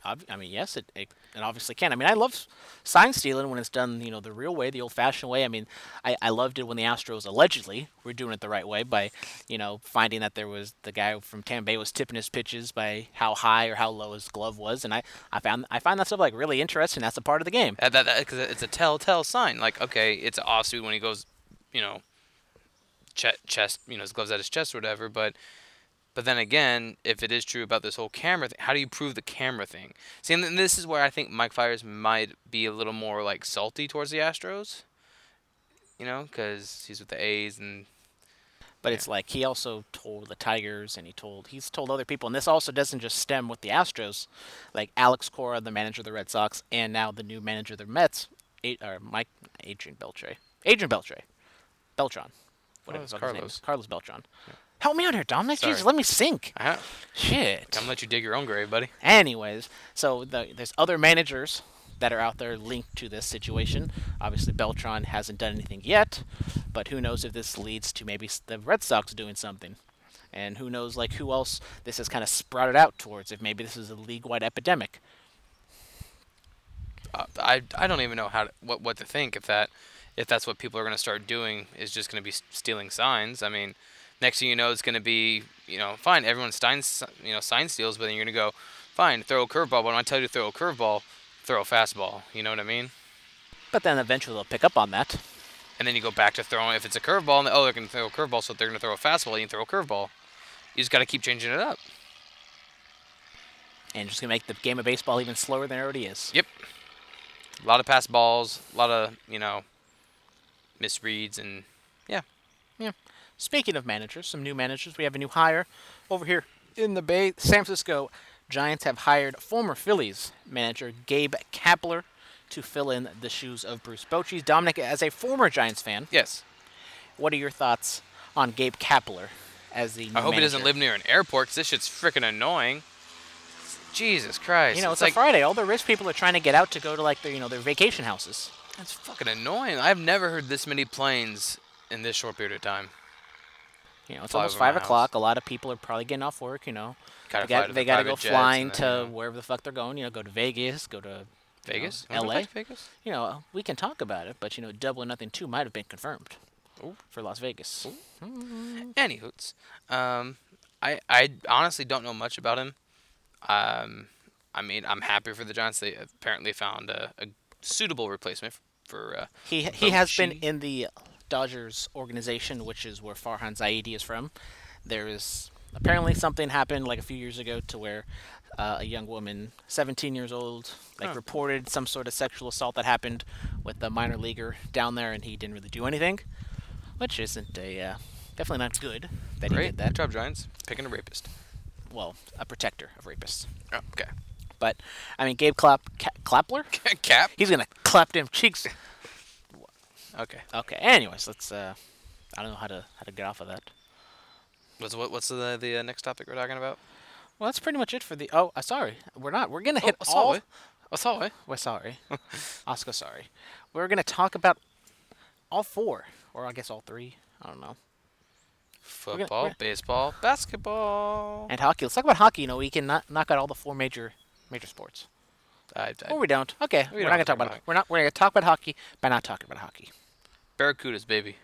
Ob- I mean yes it, it it obviously can. I mean I love sign stealing when it's done you know the real way, the old fashioned way. I mean I I loved it when the Astros allegedly were doing it the right way by you know finding that there was the guy from Tampa Bay was tipping his pitches by how high or how low his glove was, and I I found I find that stuff like really interesting. That's a part of the game.
That, that, that- 'cause it's a telltale sign. Like, okay, it's offsuit when he goes, you know, che- chest, you know, his gloves at his chest or whatever. But, but then again, if it is true about this whole camera thing, how do you prove the camera thing? See, and then this is where I think Mike Fires might be a little more like salty towards the Astros. You know, because he's with the A's and
But it's like he also told the Tigers and he told he's told other people and this also doesn't just stem with the Astros. Like Alex Cora, the manager of the Red Sox, and now the new manager of the Mets, A- or Mike Adrian Beltre. Adrian Beltre. Beltron. Whatever
Oh,
the
it's
fuck his name is. Carlos Beltron. Help me out here, Dominic.
Sorry.
Jesus, let me
(laughs)
sink.
I don't,
Shit.
I'm gonna let you dig your own grave, buddy.
Anyways, so the, there's other managers that are out there linked to this situation. Obviously, Beltron hasn't done anything yet, but who knows if this leads to maybe s- the Red Sox doing something. And who knows, like, who else this has kind of sprouted out towards, if maybe this is a league wide epidemic.
Uh, I, I don't even know how to, what what to think if that if that's what people are going to start doing is just going to be s- stealing signs. I mean, next thing you know, it's going to be you know fine everyone sign you know sign steals, but then you're going to go fine throw a curveball. But when I tell you to throw a curveball, throw a fastball. You know what I mean?
But then eventually they'll pick up on that.
And then you go back to throwing if it's a curveball. And oh, they're going to throw a curveball, so they're going to throw a fastball. You throw a curveball. You just got to keep changing it up.
And just going to make the game of baseball even slower than it already is.
Yep. A lot of pass balls. A lot of you know misreads and yeah.
Yeah. Speaking of managers, some new managers. We have a new hire over here in the Bay. San Francisco Giants have hired former Phillies manager Gabe Kapler to fill in the shoes of Bruce Bochy. Dominic, as a former Giants fan,
Yes.
what are your thoughts on Gabe Kapler as the? New
I hope he doesn't
manager?
live near an airport 'cause this shit's freaking annoying. Jesus Christ.
You know, it's,
like,
a Friday. All the rich people are trying to get out to go to like their, you know, their vacation houses.
It's fucking annoying. I've never heard this many planes in this short period of time.
You know, it's
Fly
almost
over my
five
house.
o'clock. A lot of people are probably getting off work. You know,
Gotta
they got
fly to
they
the
gotta
private
go
jets and
flying
then,
to
you know.
wherever the fuck they're going. You know, go to Vegas, go to you know,
Vegas? You wanna go
L.A.
back to Vegas?
you know, we can talk about it, but you know, Double or Nothing Two might have been confirmed
Ooh.
for Las Vegas.
Any hoots. Um, I, I honestly don't know much about him. Um, I mean, I'm happy for the Giants. They apparently found a, a suitable replacement f- for. Uh,
He he has been
Bochy.
in the Dodgers organization, which is where Farhan Zaidi is from. There is apparently something happened like a few years ago to where uh, a young woman, 17 years old, like
Huh.
reported some sort of sexual assault that happened with a minor leaguer down there, and he didn't really do anything, which isn't a uh, definitely not good that he
great.
did that.
Good job, Giants. Picking a rapist.
Well, a protector of rapists.
Oh, okay. (laughs)
But I mean, Gabe Clap Ka- Klapler.
Cap?
He's gonna clap them cheeks.
Okay.
(laughs) Okay. Anyways, let's. Uh, I don't know how to how to get off of that.
What's, what, what's the, the uh, next topic we're talking about?
Well, that's pretty much it for the. Oh, uh, sorry. We're not. We're gonna hit
oh,
all.
sorry. Oh, sorry.
We're (laughs) sorry. Oscar, sorry. We're gonna talk about all four, or I guess all three. I don't know. gonna-
Football,
we're-
baseball, basketball.
And hockey. Let's talk about hockey. You know, we can not, knock out all the four major major sports.
I,
Or
I,
we don't. Okay.
We
We are not
don't
gonna
have to talk
talk about.
about
it. We're not. We're gonna talk about hockey by not talking about hockey.
Barracudas, baby.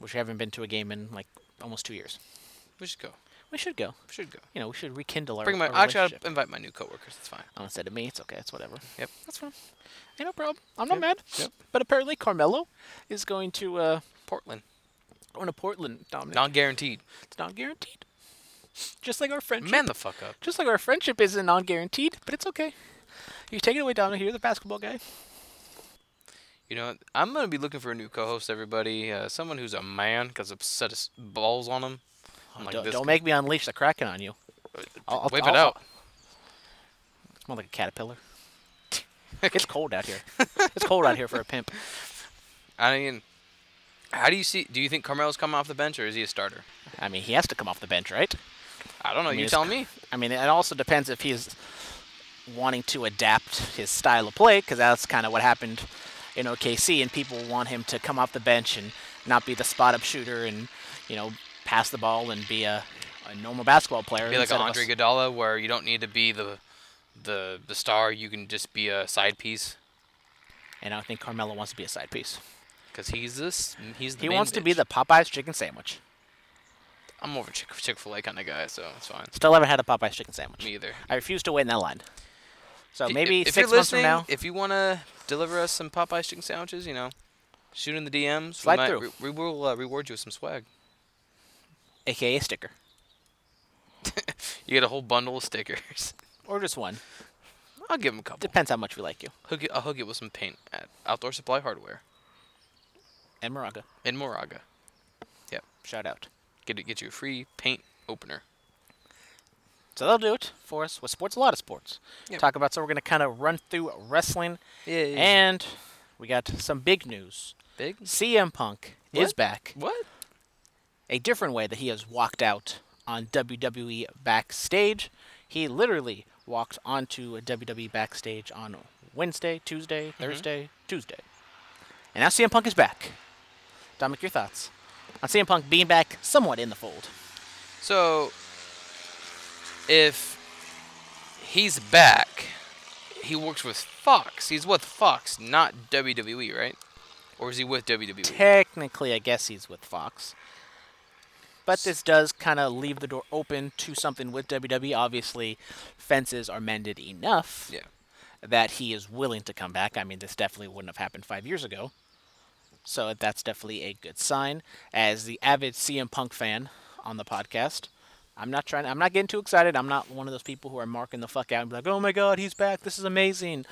which I haven't been to a game in like almost two years.
We should go.
We should go.
We should go.
You know, we should rekindle our,
Bring my.
our
I gotta
relationship.
invite my new coworkers. It's fine.
Oh, instead of me, it's okay. It's whatever.
Yep.
That's fine. Ain't no problem. I'm not
Yep,
mad.
yep.
But apparently, Carmelo is going to uh,
Portland.
going to Portland. Dominic,
Non guaranteed.
it's not guaranteed. Just like our friendship.
Man the fuck up.
Just like our friendship isn't non-guaranteed, but it's okay. You take it away, Dominic. You're the basketball guy.
You know, what? I'm gonna be looking for a new co-host. Everybody, uh, someone who's a man, cause I've set his balls on him. I'm like,
don't,
this
don't
guy- Uh,
make me unleash the kraken on you. I'll, I'll-
whip
I'll-
it out.
It's more like a
(laughs)
caterpillar. it's cold out here. It's cold out here for a pimp.
I mean, how do you see? Do you think Carmelo's coming off the bench or is he a starter?
I mean, he has to come off the bench, right?
I don't know.
mean,
you
it's
tell
c-
me.
I mean, it also depends if he's wanting to adapt his style of play, because that's kind of what happened in OKC, and people want him to come off the bench and not be the spot-up shooter and you know pass the ball and be a, a normal basketball player.
Be like
instead
an
of a
Andre
s-
Iguodala, where you don't need to be the the the star. You can just be a side piece,
and I think Carmelo wants to be a side piece.
cause he's this. He's the
He
main
wants to be
bitch.
the Popeyes chicken sandwich.
I'm more of a Chick Chick Fil A kind of guy, so it's fine.
Still haven't had a Popeyes chicken sandwich.
Me either.
I refuse to wait in that line. So
If-
maybe
if,
six
you're
months from now,
listening, If you want to deliver us some Popeyes chicken sandwiches, you know, shoot in the DMs.
Slide
we might,
through.
We, we will uh, reward you with some swag.
aka sticker,
You get a whole bundle of stickers. (laughs)
or just one,
I'll give them a couple.
depends how much we like you.
Hook it, I'll hook it with some paint at Outdoor Supply Hardware
And Moraga,
in Moraga. Yep.
shout out.
Get it, get you a free paint opener.
So that'll do it for us with sports, a lot of sports.
Yep.
Talk about, so we're going to kind of run through wrestling.
Yeah, yeah, yeah.
And we got some big news.
Big.
CM Punk is
What?
back.
What?
A different way that he has walked out on WWE backstage. He literally walked onto a WWE backstage on Wednesday, Tuesday,
Mm-hmm.
Thursday, Tuesday. And now CM Punk is back. Dominic, your thoughts on CM Punk being back somewhat in the fold?
So, if he's back, he works with Fox. He's with Fox, not WWE, right? Or is he with E? WWE?
technically, I guess he's with Fox. But this does kind of leave the door open to something with WWE. Obviously, fences are mended enough
yeah.
that he is willing to come back. I mean, this definitely wouldn't have happened five years ago. So that's definitely a good sign. As the avid CM Punk fan on the podcast, I'm not trying. I'm not getting too excited. I'm not one of those people who are marking the fuck out and be like, "Oh my god, he's back! This is amazing."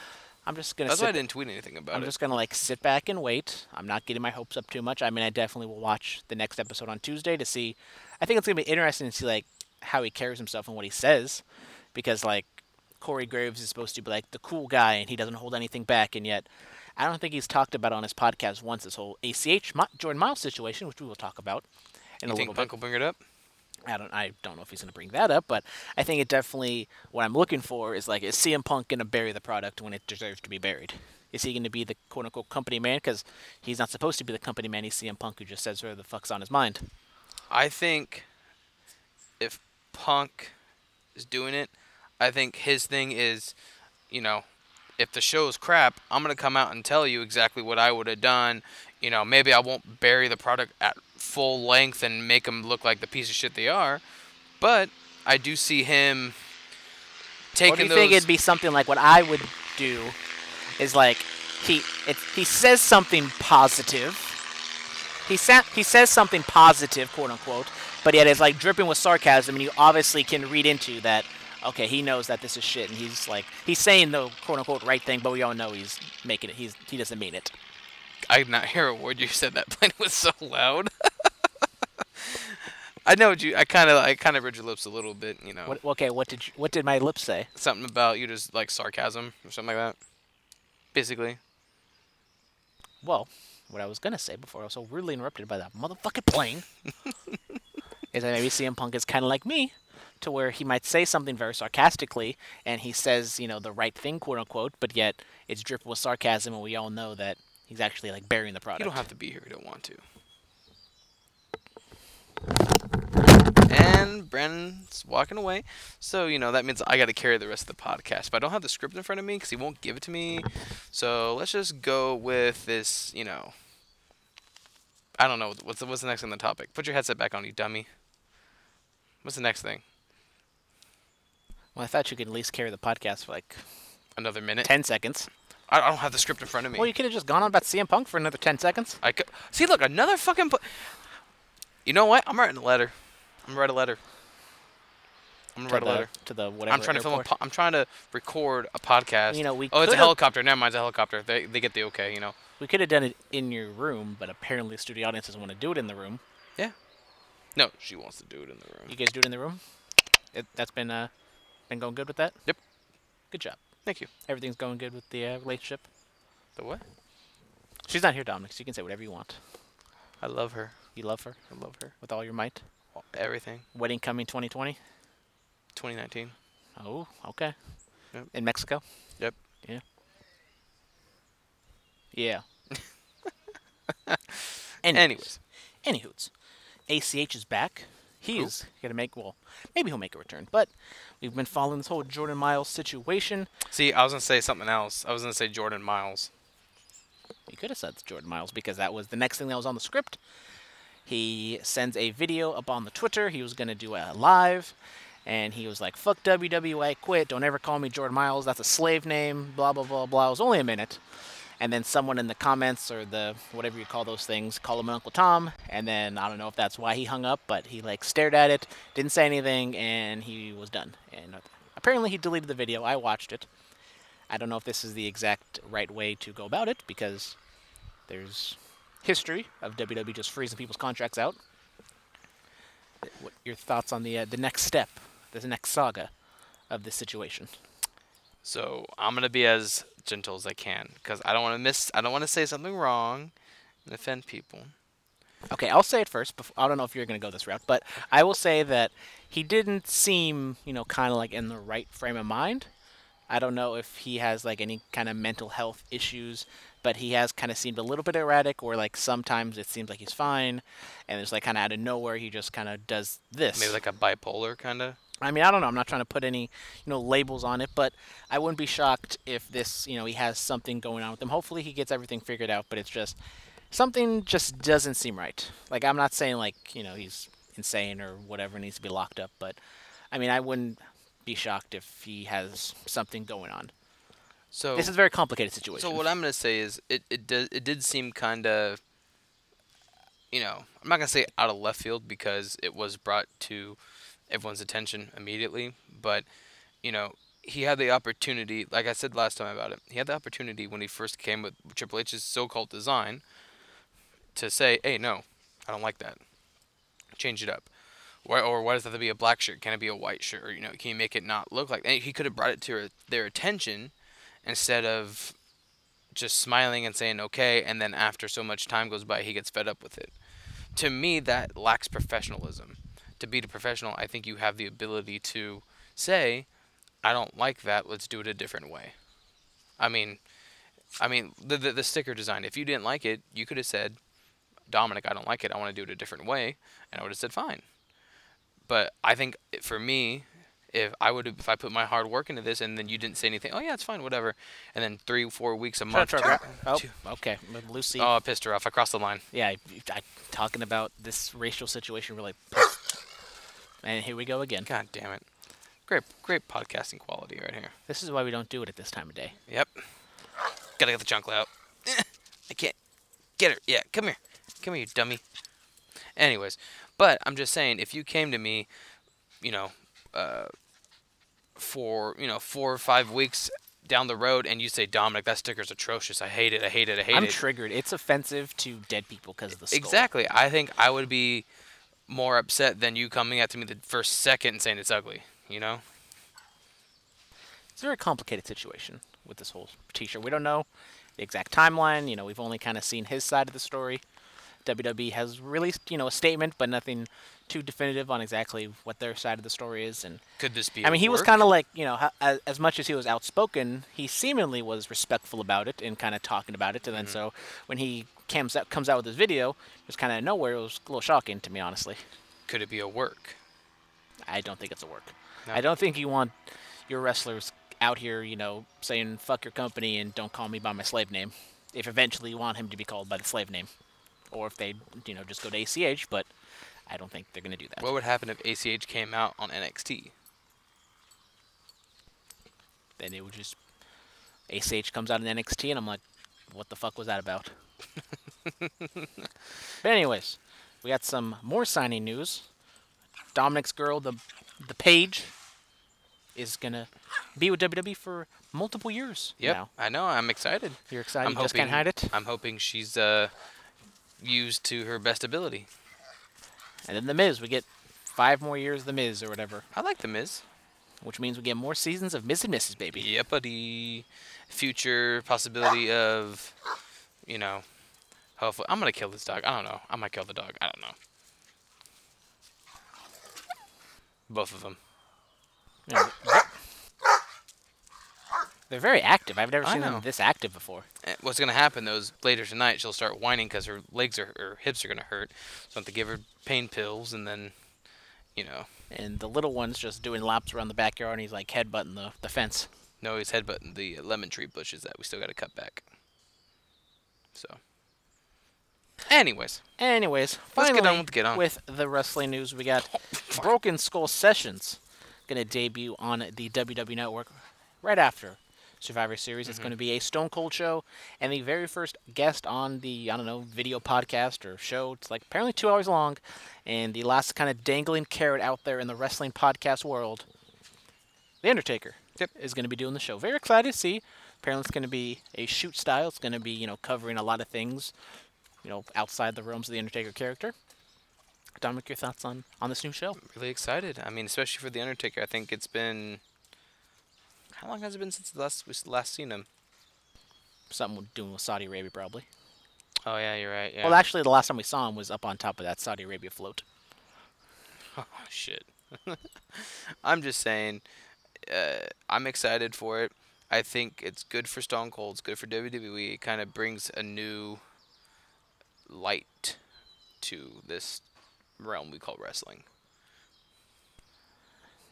I'm just gonna.
That's
sit
why I
back-
didn't tweet anything about
I'm
it.
just gonna like sit back and wait. I'm not getting my hopes up too much. I mean, I definitely will watch the next episode on Tuesday to see. I think it's gonna be interesting to see like how he carries himself and what he says, because like Corey Graves is supposed to be like the cool guy and he doesn't hold anything back, and yet I don't think he's talked about on his podcast once this whole ACH Mi- Jordan Miles situation, which we will talk about in
you
a
think
little bit.
Punk will bring it up?
I don't I don't know if he's gonna bring that up, but I think it definitely what I'm looking for is like is CM Punk gonna bury the product when it deserves to be buried? Is he gonna be the quote unquote company man? Because he's not supposed to be the company man. He's CM Punk who just says whatever the fuck's on his mind.
I think if Punk is doing it, I think his thing is, you know, if the show is crap, I'm gonna come out and tell you exactly what I would have done. You know, maybe I won't bury the product at full length and make them look like the piece of shit they are, but I do see him taking
Or do you
those.
think it'd be something like what I would do? Is like he it, he says something positive. He sa- he says something positive, quote unquote, but yet it's like dripping with sarcasm, and you obviously can read into that. Okay, he knows that this is shit, and he's like he's saying the quote unquote right thing, but we all know he's making it. He's he doesn't mean it.
I did not hear a word you said. That plane was so loud. (laughs) I know what you. I kind of. I kind of read your lips a little bit. You know.
What, okay, what did you, what did my lips say?
something about you just like sarcasm or something like that. Basically,
Well, what I was gonna say before I was so rudely interrupted by that motherfucking
(laughs)
plane is that maybe CM Punk is kind of like me, to where he might say something very sarcastically, and he says you know the right thing, quote unquote, but yet it's dripping with sarcasm, and we all know that he's actually like burying the product.
you don't have to be here. You don't want to. And Brandon's walking away, so you know that means I got to carry the rest of the podcast. But I don't have the script in front of me because he won't give it to me. So let's just go with this. You know, I don't know what's the, what's the next on the topic. Put your headset back on, you dummy. What's the next thing?
Well, I thought you could at least carry the podcast for like
Another minute.
ten seconds.
I I don't have the script in front of me.
Well, you could have just gone on about CM Punk for another ten seconds.
I could, see. Look, another fucking. Pl- you know what? I'm writing a letter. I'm gonna write a letter. I'm gonna
to
write a
the-
letter.
to the whatever.
I'm trying to film. A
airport.
po- I'm trying to record a podcast.
You know, we
Oh, it's a
could've-
helicopter. Never mind, it's a helicopter. They they get the okay. You know.
We could have done it in your room, but apparently studio audience doesn't want to do it in the room.
Yeah. No, she wants to do it in the room.
You guys do it in the room. It, that's been uh, been going good with that.
Yep.
Good job.
Thank you.
Everything's going good with the uh, relationship.
The what?
She's not here, Dominic, so you can say whatever you want.
I love her.
You love her
I love her.
with all your might.
Everything.
Wedding coming 2020.
2019.
Oh, okay.
Yep.
In Mexico.
Yep.
Yeah.
(laughs)
Yeah. Anyways.
Anyways.
Anywho's. ACH is back. He is going to make, well, maybe he'll make a return, but we've been following this whole Jordan Miles situation.
See, I was gonna say something else. I was gonna say Jordan Miles.
You could have said it's Jordan Miles because that was the next thing that was on the script. He sends a video up on the Twitter. He was going to do a live, and he was like, fuck WWE, I quit. Don't ever call me Jordan Miles. That's a slave name, blah, blah, blah, blah. It was only a minute. And then someone in the comments or the whatever you call those things, call him Uncle Tom. And then I don't know if that's why he hung up, but he like stared at it, didn't say anything, and he was done. And apparently he deleted the video. I watched it. I don't know if this is the exact right way to go about it because there's history of WWE just freezing people's contracts out. What your thoughts on the uh, the next step, the next saga of this situation?
So I'm gonna be as gentle as I can because I don't want to miss. I don't want to say something wrong and offend people.
Okay, I'll say it first. Before, I don't know if you're going to go this route, but I will say that he didn't seem, you know, kind of like in the right frame of mind. I don't know if he has like any kind of mental health issues, but he has kind of seemed a little bit erratic, or like sometimes it seems like he's fine, and it's like kind of out of nowhere he just kind of does this.
Maybe like a bipolar kind of.
I mean, I don't know. I'm not trying to put any, you know, labels on it, but I wouldn't be shocked if this, you know, he has something going on with him. Hopefully, he gets everything figured out, but it's just something just doesn't seem right. Like I'm not saying like, you know, he's insane or whatever needs to be locked up, but I mean, I wouldn't be shocked if he has something going on.
So
This is a very complicated situation.
So what I'm gonna say is it it did it did seem kind of you know I'm not gonna say out of left field because it was brought to everyone's attention immediately, but you know he had the opportunity, like I said last time about it, he had the opportunity when he first came with Triple H's so-called design to say, hey, no, I don't like that, change it up. Why, or why does that have to be a black shirt? Can it be a white shirt? Or, you know, can you make it not look like? And he could have brought it to their attention instead of just smiling and saying okay and then after so much time goes by he gets fed up with it to me that lacks professionalism to be a professional i think you have the ability to say i don't like that let's do it a different way i mean i mean the, the, the sticker design if you didn't like it you could have said dominic i don't like it i want to do it a different way and i would have said fine but i think it- for me if i would have if i put my hard work into this and then you didn't say anything oh yeah it's fine whatever and then three four weeks a month
oh, okay, Lucy.
Oh, I pissed her off. I crossed the line.
yeah, I, I, talking about this racial situation really. (laughs) pissed- and here we go again.
God damn it. Great, great podcasting quality right here.
This is why we don't do it at this time of day.
Yep. Gotta get the junk out. (laughs) I can't get her. Yeah, come here. Come here, you dummy. Anyways, but I'm just saying, if you came to me, you know, uh, for you know four or five weeks down the road, and you say, Dominic, that sticker's atrocious. I hate it. I hate it. I hate
I'm
it.
triggered. It's offensive to dead people because of the skull.
Exactly. I think I would be more upset than you coming at me the first second and saying it's ugly. You know.
It's a very complicated situation with this whole T-shirt. We don't know the exact timeline. You know, we've only kind of seen his side of the story. WWE has released, you know, a statement, but nothing too definitive on exactly what their side of the story is. And
Could this be?
I mean, he was
work?
kind of like, you know, ho- as, as much as he was outspoken, he seemingly was respectful about it and kind of talking about it. And
Mm-hmm.
then so when he comes out comes out with his video, it was kind of nowhere. It was a little shocking to me, honestly.
Could it be a work?
I don't think it's a work.
No.
I don't think you want your wrestlers out here, you know, saying "fuck your company" and "don't call me by my slave name." If eventually you want him to be called by the slave name, or if they you know just go to ACH. But I don't think they're going to do that.
What would happen if ACH came out on NXT?
then it would just ACH comes out in NXT, and I'm like, what the fuck was that
(laughs)
about? but anyways, we got some more signing news. Dominic's girl, the the Page, is gonna be with WWE for multiple years
Yep,
now.
I know. I'm excited.
You're excited.
I'm
you just can't hide it.
I'm hoping she's uh, used to her best ability.
And then the Miz, we get five more years of the Miz or whatever,
I like the Miz.
which means we get more seasons of Miz and Mrs. Baby.
Yep, buddy. Future possibility of, you know, hopefully I'm gonna kill this dog. I don't know. I might kill the dog. I don't know. Both of them.
You know, they're- they're very active. I've never
I
seen them
know.
this active before.
What's gonna happen though is later tonight she'll start whining because her legs are her hips are gonna hurt. So I have to give her pain pills and then, you know,
and the little one's just doing laps around the backyard and he's like headbutting the, the fence.
no, he's headbutting the lemon tree bushes that we still gotta cut back. So. Anyways,
Anyways,
Let's
finally,
get on with- get on.
with the wrestling news, we
(laughs)
got Broken Skull Sessions going to debut on the WWE Network right after Survivor Series.
Mm-hmm.
It's going to be a Stone Cold show, and the very first guest on the, I don't know, video podcast or show. It's like apparently two hours long, and the last kind of dangling carrot out there in the wrestling podcast world, The Undertaker.
Yep.
Is going to be doing the show. Very excited to see. Apparently, it's going to be a shoot style. It's going to be, you know, covering a lot of things, you know, outside the realms of the Undertaker character. Dominic, your thoughts on on this new show?
really excited. I mean, especially for the Undertaker. I think it's been how long has it been since the last we s- last seen him?
Something we're doing with Saudi Arabia, probably.
Oh yeah, you're right. Yeah.
Well, actually, the last time we saw him was up on top of that Saudi Arabia float.
Oh, (laughs) shit. I'm just saying, uh, I'm excited for it. I think it's good for Stone Cold. It's good for WWE. It kind of brings a new light to this realm we call wrestling.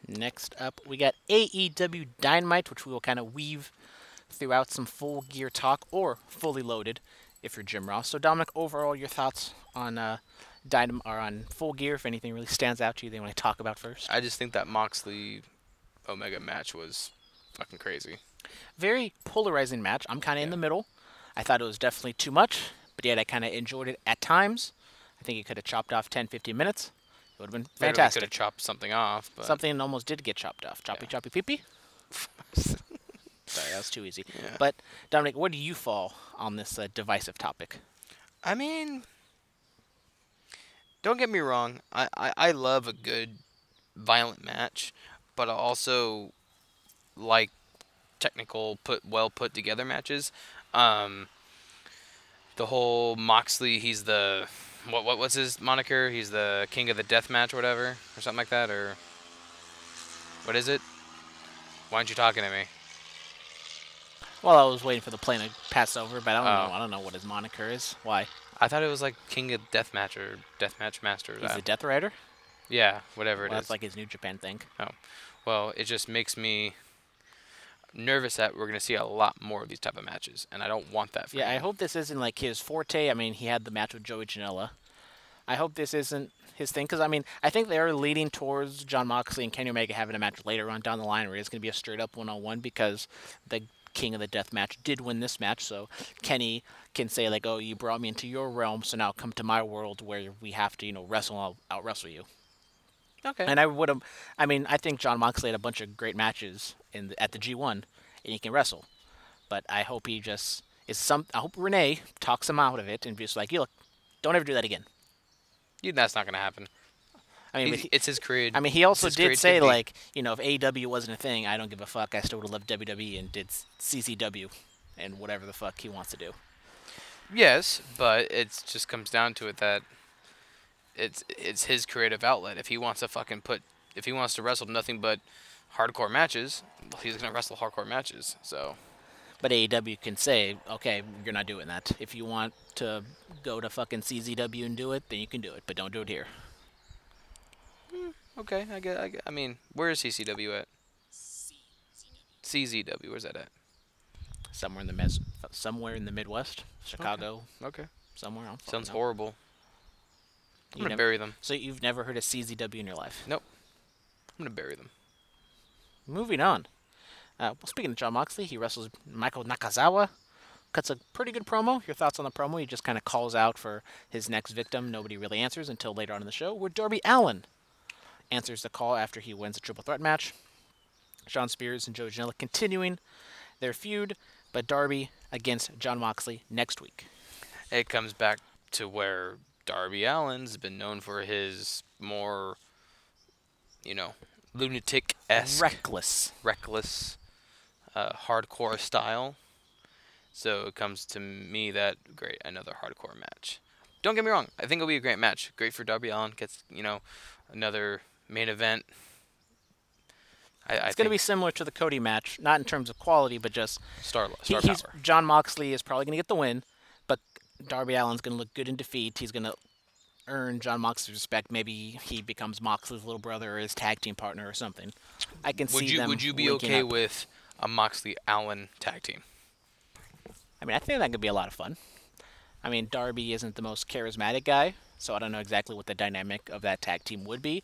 Next up, we got AEW Dynamite, which we will kind of weave throughout some full gear talk or fully loaded, if you're Jim Ross. So, Dominic, overall, your thoughts on uh, Dynam or on full gear? If anything really stands out to you, they want to talk about first.
I just think that Moxley Omega match was fucking crazy.
very polarizing match. I'm kind of in the middle. I thought it was definitely too much, but yet I kind of enjoyed it at times. I think it could have chopped off 10, 15 minutes. It would have been
Could have
fantastic.
chopped something off, but
Something almost did get chopped off. Choppy,
Yeah.
choppy, pee (laughs) pee. Sorry, that was too easy. But Dominic, where do you fall on this uh, divisive topic?
I mean, don't get me wrong. I, I, I love a good violent match, but I also like technical, put well put together matches. Um, the whole Moxley, he's the what what what's his moniker? He's the king of the death match, or whatever, or something like that, or what is it? Why aren't you talking to me?
Well, I was waiting for the plane to pass over, but I don't
Oh.
know. I don't know what his moniker is. Why?
I thought it was like King of Death Match or Death Match Master.
He's
I-
a Death Rider.
yeah, whatever it is.
Well, that's like his New Japan thing.
Oh, well, it just makes me nervous that we're gonna see a lot more of these type of matches, and I don't want that. For
Yeah, I
him.
hope this isn't like his forte. I mean, he had the match with Joey Janela. I hope this isn't his thing because I mean, I think they are leading towards John Moxley and Kenny Omega having a match later on down the line where it's going to be a straight up one on one because the King of the Death match did win this match, so Kenny can say like, "Oh, you brought me into your realm, so now come to my world where we have to, you know, wrestle and I'll out wrestle you."
Okay.
And I would have, I mean, I think John Moxley had a bunch of great matches in the, at the G1, and he can wrestle. But I hope he just is some. I hope Renee talks him out of it and be just like, "You look, don't ever do that again."
You- that's not gonna happen.
I mean, but
He's-
he,
it's his career.
I mean, he also
his
did say
creativity.
like, you know, if AEW wasn't a thing, I don't give a fuck. I still would have loved WWE and did CCW, and whatever the fuck he wants to do.
yes, but it just comes down to it that it's it's his creative outlet. If he wants to fucking put, if he wants to wrestle nothing but hardcore matches, well, he's gonna wrestle hardcore matches. So
But AEW can say, okay, you're not doing that. If you want to go to fucking CZW and do it, then you can do it, but don't do it here.
okay, I get, I get- I mean, where is CCW at? CZW, where's that at?
somewhere in the mes- somewhere in the Midwest, Chicago,
Okay.
somewhere. I don't fucking
Sounds
know.
horrible.
You
I'm gonna
never-
bury them.
So you've never heard of CZW in your life.
Nope. I'm gonna bury them.
Moving on. Uh, well, speaking of John Moxley, he wrestles Michael Nakazawa. Cuts a pretty good promo. Your thoughts on the promo? He just kind of calls out for his next victim. Nobody really answers until later on in the show, where Darby Allen answers the call after he wins a triple threat match. Sean Spears and Joe Janela continuing their feud, but Darby against John Moxley next week.
It comes back to where Darby Allen's been known for his more, you know, lunatic esque,
Reckless.
reckless, uh, hardcore style. So it comes to me that great another hardcore match. Don't get me wrong, I think it'll be a great match. Great for Darby Allen. Gets you know another main event. I, I
It's going to be similar to the Cody match, not in terms of quality, but just
star,
he,
star
he's,
power.
John Moxley is probably going to get the win, but Darby Allen's going to look good in defeat. He's going to earn John Moxley's respect. Maybe he becomes Moxley's little brother or his tag team partner or something. I can
Would
see
you
them.
would you be
linking
okay
up.
with a Moxley Allen tag team?
I mean, I think that could be a lot of fun. I mean, Darby isn't the most charismatic guy, so I don't know exactly what the dynamic of that tag team would be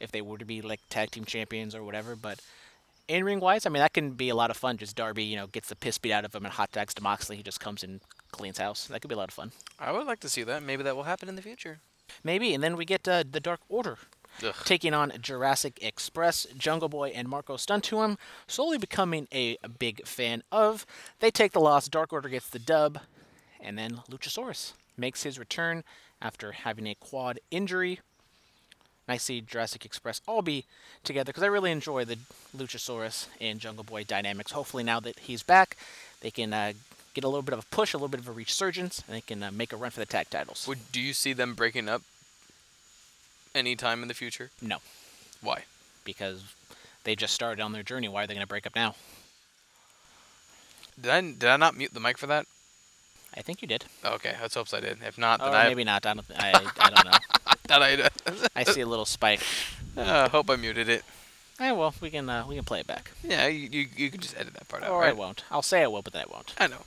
if they were to be like tag team champions or whatever. But in ring wise, I mean, that can be a lot of fun. Just Darby, you know, gets the piss beat out of him and hot tags to Moxley. He just comes and cleans house. That could be a lot of fun.
I would like to see that. Maybe that will happen in the future.
Maybe, and then we get uh, the Dark Order
Ugh.
taking on Jurassic Express, Jungle Boy, and Marco Stuntuum, slowly becoming a big fan of. They take the loss, Dark Order gets the dub, and then Luchasaurus makes his return after having a quad injury. And I see Jurassic Express all be together because I really enjoy the Luchasaurus and Jungle Boy dynamics. Hopefully, now that he's back, they can uh, get a little bit of a push, a little bit of a resurgence, and they can uh, make a run for the tag titles.
Would do you see them breaking up anytime in the future?
no.
Why?
because they just started on their journey. Why are they going to break up now?
Did I did I not mute the mic for that?
I think you did.
Okay, let's hope I did. If not, then
Or
I
maybe not. I don't, I, I
(laughs)
don't know.
then I
I see a little spike.
uh, hope I muted it.
Eh, well, we can uh, we can play it back.
Yeah, you, you you can just edit that part out,
Or I
right?
won't. I'll say I will, but then I won't.
(laughs) I know.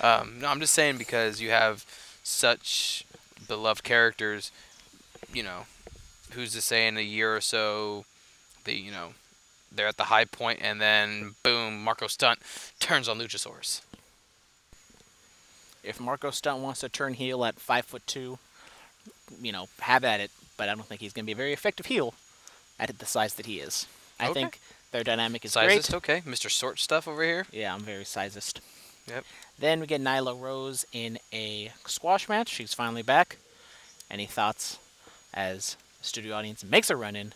Um, no, I'm just saying because you have such beloved characters, you know, who's to say in a year or so, they you know, they're at the high point and then boom, Marco Stunt (laughs) turns on Luchasaurus.
If Marco Stunt wants to turn heel at five foot two, you know, have at it. But I don't think he's going to be a very effective heel at the size that he is. I
Okay.
think their dynamic is great.
Sizest, okay, Mr. Sort stuff over here.
Yeah, I'm very sizist.
Yep.
Then we get Nyla Rose in a squash match. She's finally back. Any thoughts as the studio audience makes a run in?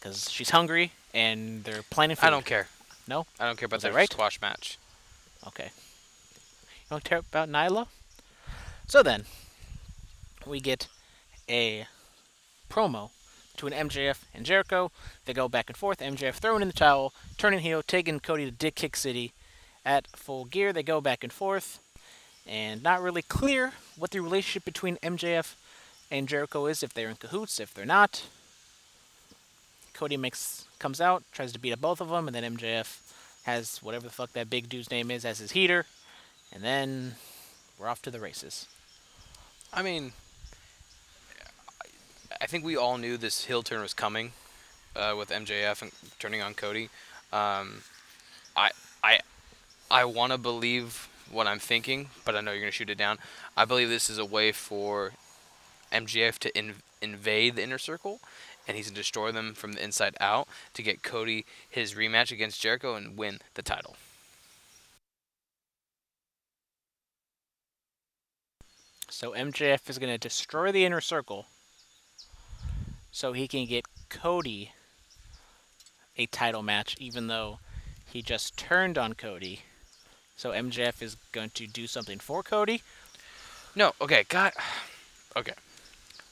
Because she's hungry and they're planning for
I don't care.
No?
I don't care about
Was I
that
right?
squash match.
Okay. You don't care about Nyla? So then, we get a promo between MJF and Jericho. They go back and forth. MJF throwing in the towel, turning heel, taking Cody to Dick Kick City. At full gear, they go back and forth. And not really clear what the relationship between MJF and Jericho is, if they're in cahoots, if they're not. Cody makes comes out, tries to beat up both of them, and then MJF has whatever the fuck that big dude's name is as his heater, and then we're off to the races.
I mean, I- I think we all knew this heel turn was coming uh, with MJF and turning on Cody. Um, I I I want to believe what I'm thinking, but I know you're gonna shoot it down. I believe this is a way for MJF to inv- invade the inner circle, and he's gonna destroy them from the inside out to get Cody his rematch against Jericho and win the title.
So MJF is gonna destroy the inner circle, so he can get Cody a title match, even though he just turned on Cody. So MJF is going to do something for Cody.
No, okay, God. (sighs) Okay.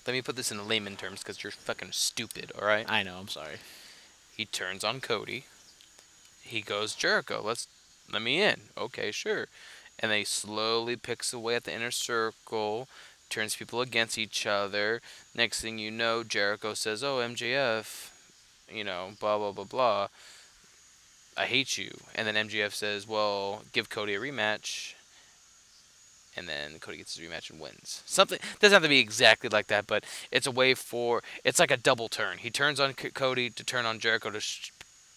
Let me put this in layman terms because you're fucking stupid, alright?
I know, I'm sorry.
He turns on Cody. He goes, Jericho, let's let me in. Okay, sure. And then he slowly picks away at the inner circle, turns people against each other. Next thing you know, Jericho says, Oh, MJF, you know, blah blah blah blah. I hate you. And then MJF says, Well, give Cody a rematch. and then Cody gets his rematch and wins. Something doesn't have to be exactly like that, but it's a way for it's like a double turn. He turns on C- Cody to turn on Jericho to sh-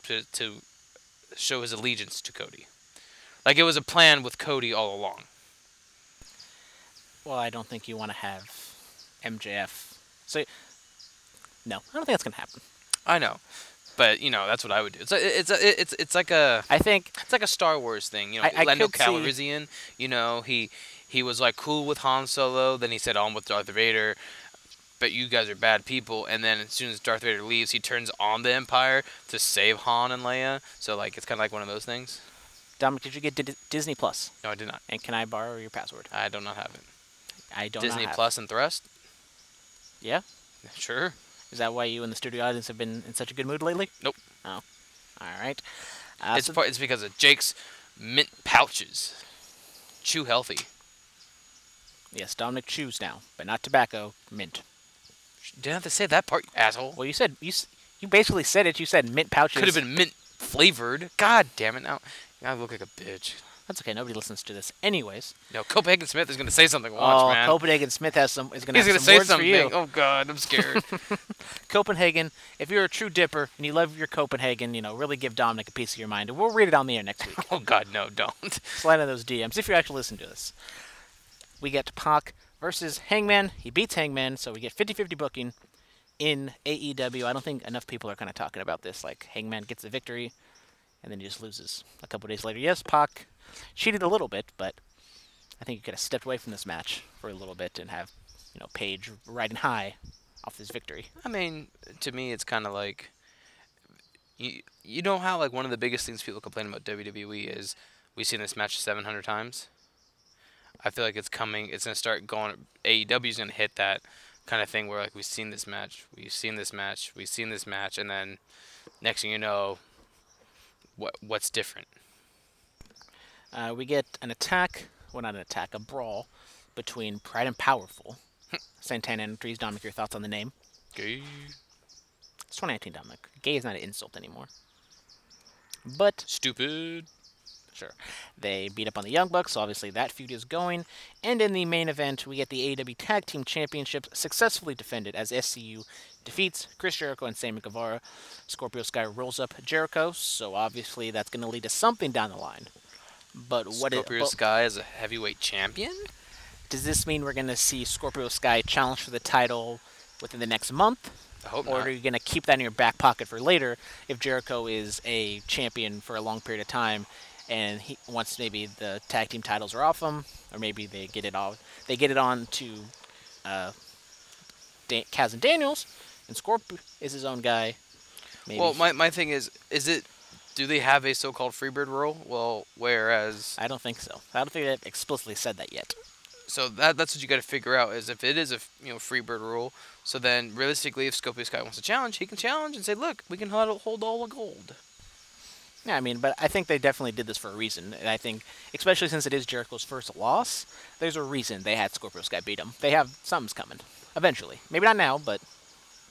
to, to show his allegiance to Cody. Like it was a plan with Cody all along.
Well, I don't think you want to have MJF. So, no, I don't think that's gonna happen.
I know, but you know that's what I would do. It's a, it's a, it's it's like a
I think
it's like a Star Wars thing. You know,
I- I
Lando
could see-
Calrissian. You know, he he was like cool with Han Solo. Then he said, "Oh, "I'm with Darth Vader." But you guys are bad people. And then as soon as Darth Vader leaves, he turns on the Empire to save Han and Leia. So like it's kind of like one of those things.
Dominic, did you get D- Disney Plus?
No, I did not.
And can I borrow your password?
I do not have it.
I don't. know
Disney
how.
Plus and Thrust.
Yeah.
Sure.
Is that why you and the studio audience have been in such a good mood lately?
Nope.
Oh, all right. Uh,
it's
so-
part, it's because of Jake's mint pouches. Chew healthy.
yes, Dominic chews now, but not tobacco. Mint.
Didn't have to say that part, you asshole.
Well, you said you s- you basically said it. You said mint pouches.
Could have been mint flavored. God damn it! Now, now I look like a bitch.
That's okay. Nobody listens to this, anyways.
No, Copenhagen Smith is gonna say something. Watch,
Oh,
man.
Copenhagen Smith has some. Is gonna
He's
have
gonna
some
say
words for you.
something. Oh God, I'm (laughs) scared.
Copenhagen. If you're a true dipper and you love your Copenhagen, you know, really give Dominic a piece of your mind, and we'll read it on the air next week.
oh God, no, don't.
Slide in those DMs if you actually listen to this. We get Pac versus Hangman. He beats Hangman, so we get 50-50 booking in AEW. I don't think enough people are kind of talking about this. Like Hangman gets the victory, and then he just loses a couple days later. Yes, Pac cheated a little bit, but I think you could have stepped away from this match for a little bit and have, you know, Paige riding high off this victory.
I mean, to me, it's kind of like you. You know how like one of the biggest things people complain about WWE is we've seen this match 700 times. I feel like it's coming. It's gonna start going. AEW's gonna hit that kind of thing where like we've seen this match, we've seen this match, we've seen this match, and then next thing you know, what what's different?
Uh, we get an attack, well, not an attack, a brawl between Pride and Powerful. (laughs) Santana and Trees, Dominic, your thoughts on the name? It's 2019, Dominic. Gay is not an insult anymore. But,
Stupid.
sure. They beat up on the Young Bucks, so obviously that feud is going. And in the main event, we get the AEW Tag Team Championships successfully defended as SCU defeats Chris Jericho and Sammy Guevara. Scorpio Sky rolls up Jericho, so obviously that's going to lead to something down the line. But what it- oh.
Scorpio
but-
Sky is a heavyweight champion.
Does this mean we're going to see Scorpio Sky challenge for the title within the next month?
I hope
or
Oh, not.
are you going to keep that in your back pocket for later if Jericho is a champion for a long period of time and he once maybe the tag team titles are off him or maybe they get it all they get it on to uh, da- Kaz and Daniels and Scorpio is his own guy. Maybe.
Well, my, my thing is, is it? Do they have a so-called freebird rule? Well, whereas,
I don't think so. I don't think they've explicitly said that yet.
so that that's what you got to figure out is if it is a you know freebird rule. So then, realistically, if Scorpio Sky wants to challenge, he can challenge and say, "Look, we can hold, hold all the gold."
Yeah, I mean, but I think they definitely did this for a reason, and I think, especially since it is Jericho's first loss, there's a reason they had Scorpio Sky beat him. They have something's coming eventually. Maybe not now, but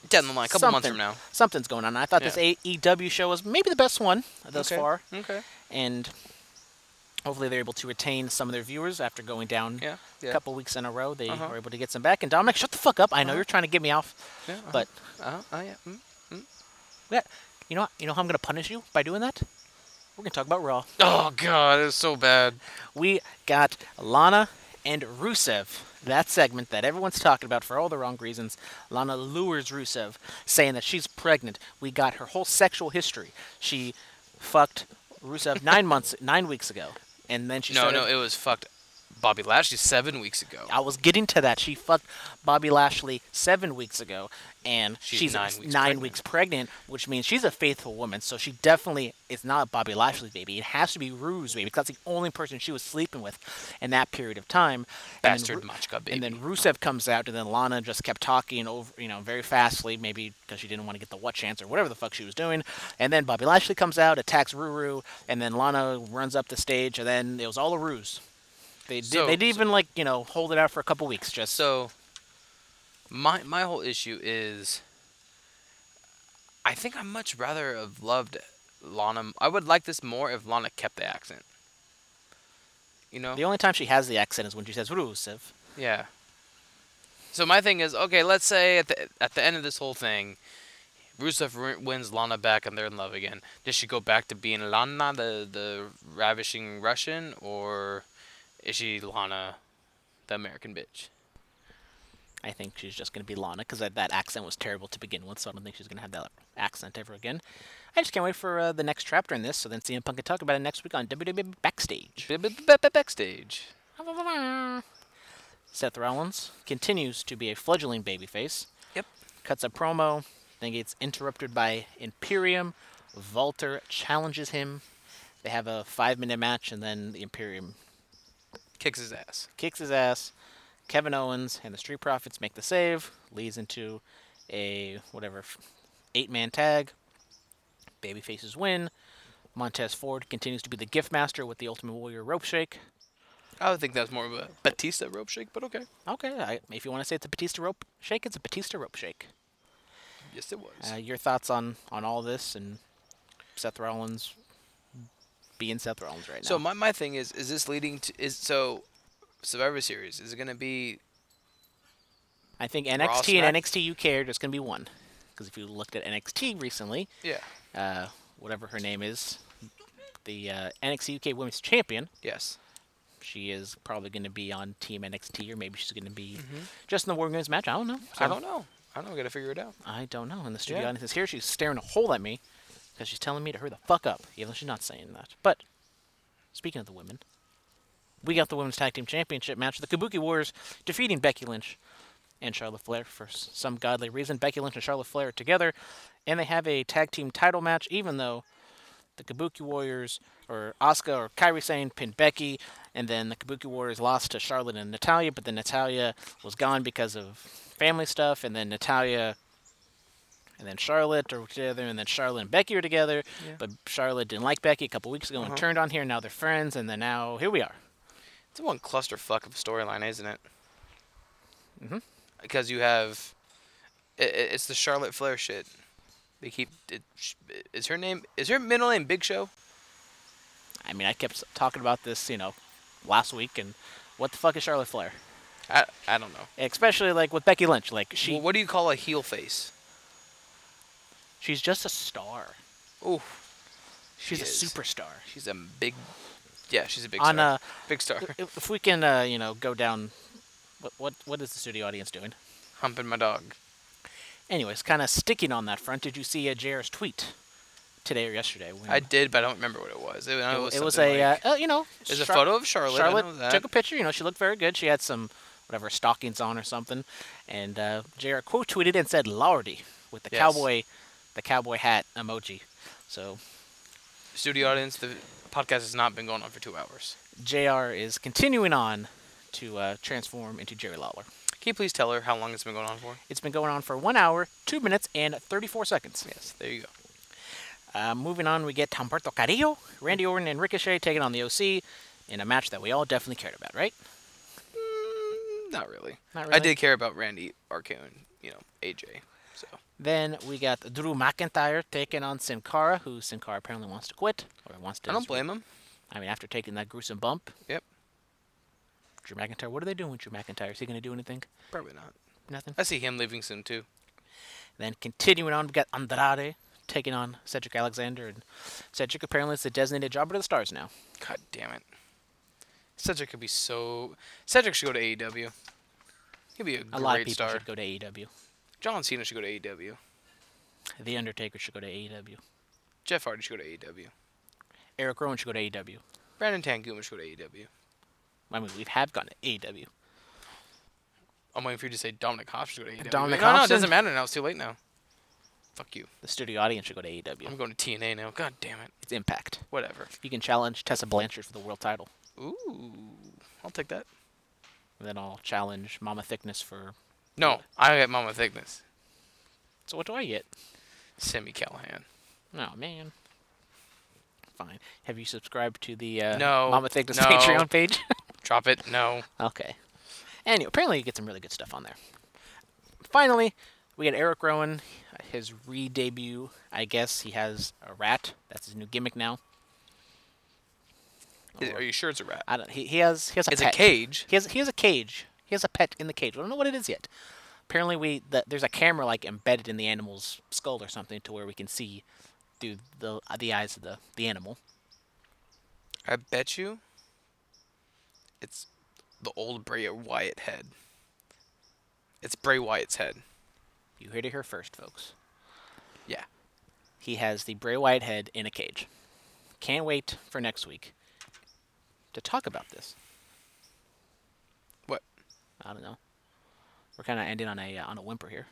Down the line, a couple months
something-
from now.
something's going on. I thought
Yeah.
this AEW show was maybe the best one thus
Okay,
far,
Okay.
and hopefully they're able to retain some of their viewers after going down
Yeah, yeah.
a couple weeks in a row. They
Uh-huh.
were able to get some back. And Dominic, shut the fuck up! I know you're trying to get me off,
Yeah, uh-huh.
but
Uh, oh yeah. Mm.
yeah, you know, what? you know how I'm gonna punish you by doing that? We're gonna talk about Raw.
Oh god, it's so bad.
we got Lana and Rusev. That segment that everyone's talking about for all the wrong reasons. Lana lures Rusev, saying that she's pregnant. We got her whole sexual history. She fucked
(laughs)
Rusev nine months, nine weeks ago, and then she
No,
started.
no, it was fucked. Bobby Lashley seven weeks ago.
I was getting to that. She fucked Bobby Lashley seven weeks ago, and
She's
she's,
nine
nine,
weeks pregnant.
weeks pregnant, which means she's a faithful woman. So she definitely is not Bobby Lashley's baby. It has to be Rue's baby because that's the only person she was sleeping with in that period of time. And then
Bastard
Ru-
Machka baby.
And then Rusev comes out, and then Lana just kept talking over, you know, very fastly, maybe because she didn't want to get the what chance or whatever the fuck she was doing. And then Bobby Lashley comes out, attacks Ruru, and then Lana runs up the stage, and then it was all a ruse. They did.
So-
they did even like you know hold it out for a couple weeks. Just
So my my whole issue is I think I much rather have loved Lana I would like this more if Lana kept the accent. You know?
The only time she has the accent is when she says Rusev.
Yeah. So my thing is, okay, let's say at the at the end of this whole thing, Rusev ri- wins Lana back and they're in love again. Does she go back to being Lana, the the ravishing Russian, or is she Lana, the American bitch?
I think she's just going to be Lana because that, that accent was terrible to begin with, so I don't think she's going to have that accent ever again. I just can't wait for uh, the next chapter in this, so then CM Punk can talk about it next week on WWE Backstage.
B- b- b- b- Backstage.
Seth Rollins continues to be a fledgling babyface,
Yep.
cuts a promo, then gets interrupted by Imperium. Walter challenges him. They have a five minute match, and then the Imperium
Kicks his ass.
kicks his ass. Kevin Owens and the Street Profits make the save, leads into a whatever eight man tag. Babyfaces win. Montez Ford continues to be the gift master with the Ultimate Warrior rope shake.
I would think that's more of a Batista rope shake, but okay.
Okay, I, if you want to say it's a Batista rope shake, it's a Batista rope shake.
Yes, it was.
Uh, your thoughts on on all this and Seth Rollins being Seth Rollins right now?
So my, my thing is is this leading to is so Survivor Series is it gonna be
I think
Raw
NXT
Smack-
and NXT UK are just going to be one. Because if you looked at NXT recently,
yeah
uh, whatever her name is, the uh, NXT UK Women's Champion.
yes
She is probably going to be on Team NXT, or maybe she's going to be just in the Women's match. I don't know.
Mm-hmm. I
So,
don't know I don't know, gotta figure it out
I don't know. And the studio
Yeah.
audience is here. She's staring a hole at me because she's telling me to hurry the fuck up, even though she's not saying that. But speaking of the women, we got the Women's Tag Team Championship match. The Kabuki Warriors defeating Becky Lynch and Charlotte Flair for s- some godly reason. Becky Lynch and Charlotte Flair are together, and they have a tag team title match, even though the Kabuki Warriors or Asuka or Kairi Sane pinned Becky, and then the Kabuki Warriors lost to Charlotte and Natalia, but then Natalia was gone because of family stuff, and then Natalia and then Charlotte are together, and then Charlotte and Becky are together,
Yeah. Uh-huh.
but Charlotte didn't like Becky a couple weeks ago and turned on here, now they're friends, and then now here we are.
it's one clusterfuck of a storyline isn't it mm-hmm.
Mm-hmm.
because you have i i- it's the Charlotte Flair shit they keep it, sh- is her name is her middle name Big Show
I mean, I kept talking about this, you know, last week, and what the fuck is Charlotte Flair?
I I don't know
Especially like with Becky Lynch, like she
well, what do you call a heel face
she's just a star.
oh
She's
She
a
is.
superstar.
she's a big yeah she's a big
On,
star
uh,
big star
If if we can, uh, you know, go down. What what what is the studio audience doing?
humping my dog
Anyways, kind of sticking on that front. Did you see uh, Jr's tweet today or yesterday? When
I did, but I don't remember what it was. It,
it,
it was,
it was
something
a
like-
uh, uh, you know.
There's a
Char-
photo of Charlotte. I know that.
took a picture. You know, she looked very good. She had some whatever stockings on or something, and uh, Jr. quote tweeted and said "Lordy" with the
Yes.
cowboy, the cowboy hat emoji. So
studio audience. The podcast has not been going on for two hours.
Jr. is continuing on to uh, transform into Jerry Lawler.
Can you please tell her how long it's been going on for?
It's been going on for one hour, two minutes, and 34 seconds.
Yes, there you go.
Uh, moving on, we get Humberto Carrillo, Randy Orton, and Ricochet taking on the OC in a match that we all definitely cared about, right?
Not really.
Not
I
really?
did care about Randy Arcane, you know, AJ. So
Then we got Drew McIntyre taking on Sin Cara, who Sin Cara apparently wants to quit or wants to.
I don't blame him.
I mean, after taking that gruesome bump,
Yep,
Drew McIntyre. What are they doing with Drew McIntyre? Is he going to do anything?
probably not.
Nothing.
I see him leaving soon too.
Then continuing on, we got Andrade taking on Cedric Alexander, and Cedric apparently is the designated jobber to the stars now.
God damn it. Cedric could be so. Cedric should go to AEW. He'd be a,
A E
great
lot of people
star.
should go to AEW.
John Cena should go to E AEW.
The Undertaker should go to E AEW.
Jeff Hardy should go to AEW.
Eric Rowan should go to AEW.
Brandon Tanguma should go to E AEW.
I mean, we have gone to E AEW.
I'm waiting for you to say Dominic Hobbs should go to AEW.
Dominic
no, no, it
Hobbs?
doesn't matter now. It's too late now. Fuck you.
The studio audience should go to AEW.
I'm going to TNA now. God damn it.
It's Impact.
Whatever.
You can challenge Tessa Blanchard for the world title,
Ooh, I'll take that.
and then I'll challenge Mama Thickness for.
No, I get Mama Thickness.
So what do I get?
Sammy Callahan.
Oh man. Fine. Have you subscribed to the uh,
No,
Mama Thickness
no.
Patreon page? (laughs)
Drop it. No.
okay. Anyway, apparently you get some really good stuff on there. Finally, we get Eric Rowan, his re-debut. I guess he has a rat. That's his new gimmick now.
Is- Are you sure it's a rat?
I don't. He, he has he has a
It's a
pet.
cage.
He has he has a cage. He has a pet in the cage. I don't know what it is yet. Apparently, we the, there's a camera like embedded in the animal's skull or something to where we can see through the the eyes of the the animal.
I bet you it's the old Bray Wyatt head. It's Bray Wyatt's head.
You heard it here first, folks.
Yeah.
He has the Bray Wyatt head in a cage. Can't wait for next week to talk about this.
What?
I don't know. We're kind of ending on a uh, on a whimper here.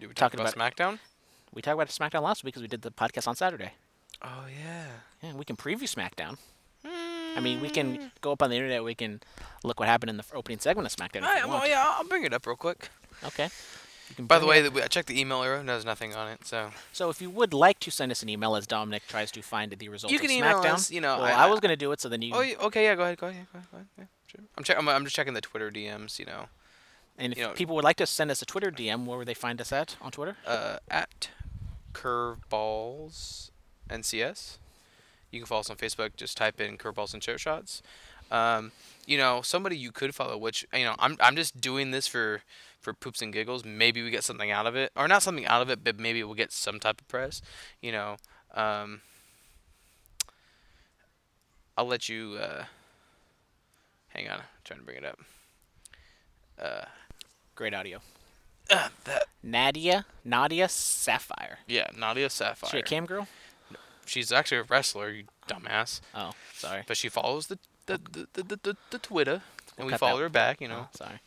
Do we talk
Talking
about,
about
SmackDown?
We talked about SmackDown last week because we did the podcast on Saturday.
Oh yeah.
Yeah, we can preview SmackDown. I mean, we can go up on the internet. We can look what happened in the f- opening segment of SmackDown. if
I,
you
well,
want.
yeah, I'll- I'll bring it up real quick.
Okay. You can
By the
bring it
way,
up.
that we- I checked the email earlier. and There's nothing on it, so
so if you would like to send us an email as Dominic tries to find the results
You
of
can
SmackDown,
email us, you know,
well,
I-
I, was gonna do it so then you.
Oh, yeah, okay, yeah, go ahead, go ahead, go ahead, go ahead. Yeah, sure. I'm, check- I'm I'm just checking the Twitter DMs, you know,
and if
you know-
people would like to send us a Twitter DM, where would they find us at on Twitter?
uh, at Curveballs NCS. You can follow us on Facebook. Just type in Curveballs and Show Shots. Um, you know, somebody you could follow, which you know, I'm I'm just doing this for for poops and giggles. Maybe we get something out of it, or not something out of it, but maybe we'll get some type of press. You know, um, I'll let you. Uh, hang on, I'm trying to bring it up.
Great audio.
uh,
Nadia, Nadia Sapphire.
Yeah, Nadia
Is
Sapphire.
She a cam girl?
She's actually a wrestler, you dumbass.
Oh, sorry.
But she follows the the the, the, the, the, the Twitter, and we
cut
follow
that.
her back. You
Oh,
know,
sorry.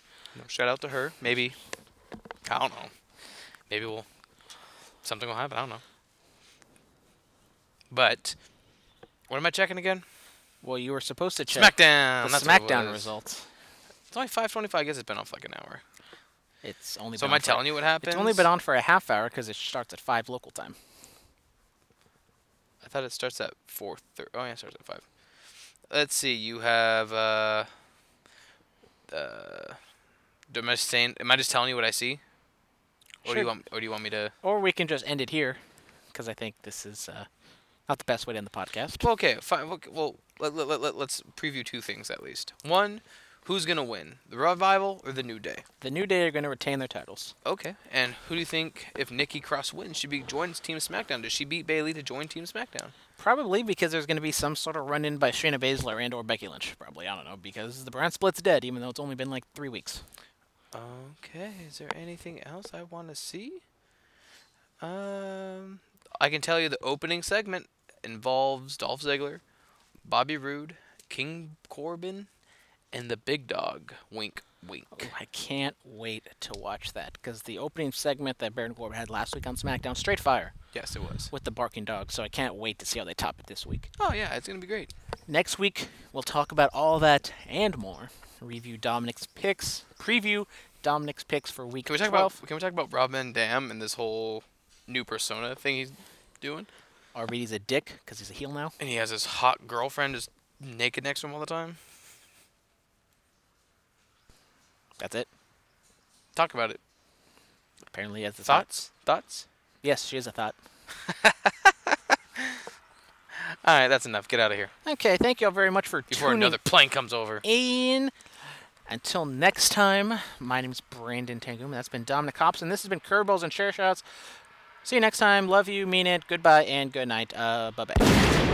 shout out to her. Maybe I don't know. Maybe we'll something will happen. I don't know. But what am I checking again?
Well, you were supposed to check
SmackDown.
the
that's what it
SmackDown
was.
results.
It's only five twenty-five. I guess it's been off like an hour.
It's only.
So
been
am I
on for-
telling you what happened?
It's only been on for a half hour because it starts at five local time.
I thought it starts at four thirty. Oh yeah, it starts at five. Let's see. You have uh, uh, do- am I just saying? Am I just telling you what I see? Or do
Sure.
you want? Or do you want me to?
Or we can just end it here because I think this is uh, not the best way to end the podcast.
Well, okay, fine. Well, well let, let, let, us preview two things at least. One, who's gonna win, the revival or the new day?
The New Day are going to retain their titles.
Okay. And who do you think, if Nikki Cross wins, she be joins Team SmackDown? Does she beat Bailey to join Team SmackDown?
Probably because there's going to be some sort of run in by Shayna Baszler and or Becky Lynch. Probably I don't know because the brand split's dead, even though it's only been like three weeks.
Okay, is there anything else I want to see? Um, I can tell you the opening segment involves Dolph Ziggler, Bobby Roode, King Corbin, and the Big Dog. Wink, wink.
I can't wait to watch that because the opening segment that Baron Corbin had last week on SmackDown, straight fire
Yes, it was.
with the barking dog. So I can't wait to see how they top it this week.
Oh yeah, it's gonna be great.
Next week, we'll talk about all that and more. Review Dominic's picks. Preview Dominic's picks for week
Can we talk
12.
about Can we talk about Rob Van Dam and this whole new persona thing he's doing?
Arvidi's a dick because he's a heel now.
And he has his hot girlfriend just naked next to him all the time.
That's it.
Talk about it.
Apparently, he has the thought.
Thoughts? Thoughts?
Yes, she has a thought.
All right, that's enough. Get out of here
Okay, thank you all very much for
before (laughs)
tuning
another plane comes over.
in. Until next time, my name's Brandon Tanguma. That's been Dominic Hobson. This has been Curveballs and Share Shots. See you next time. Love you, mean it. Goodbye and good night. Uh, bye bye.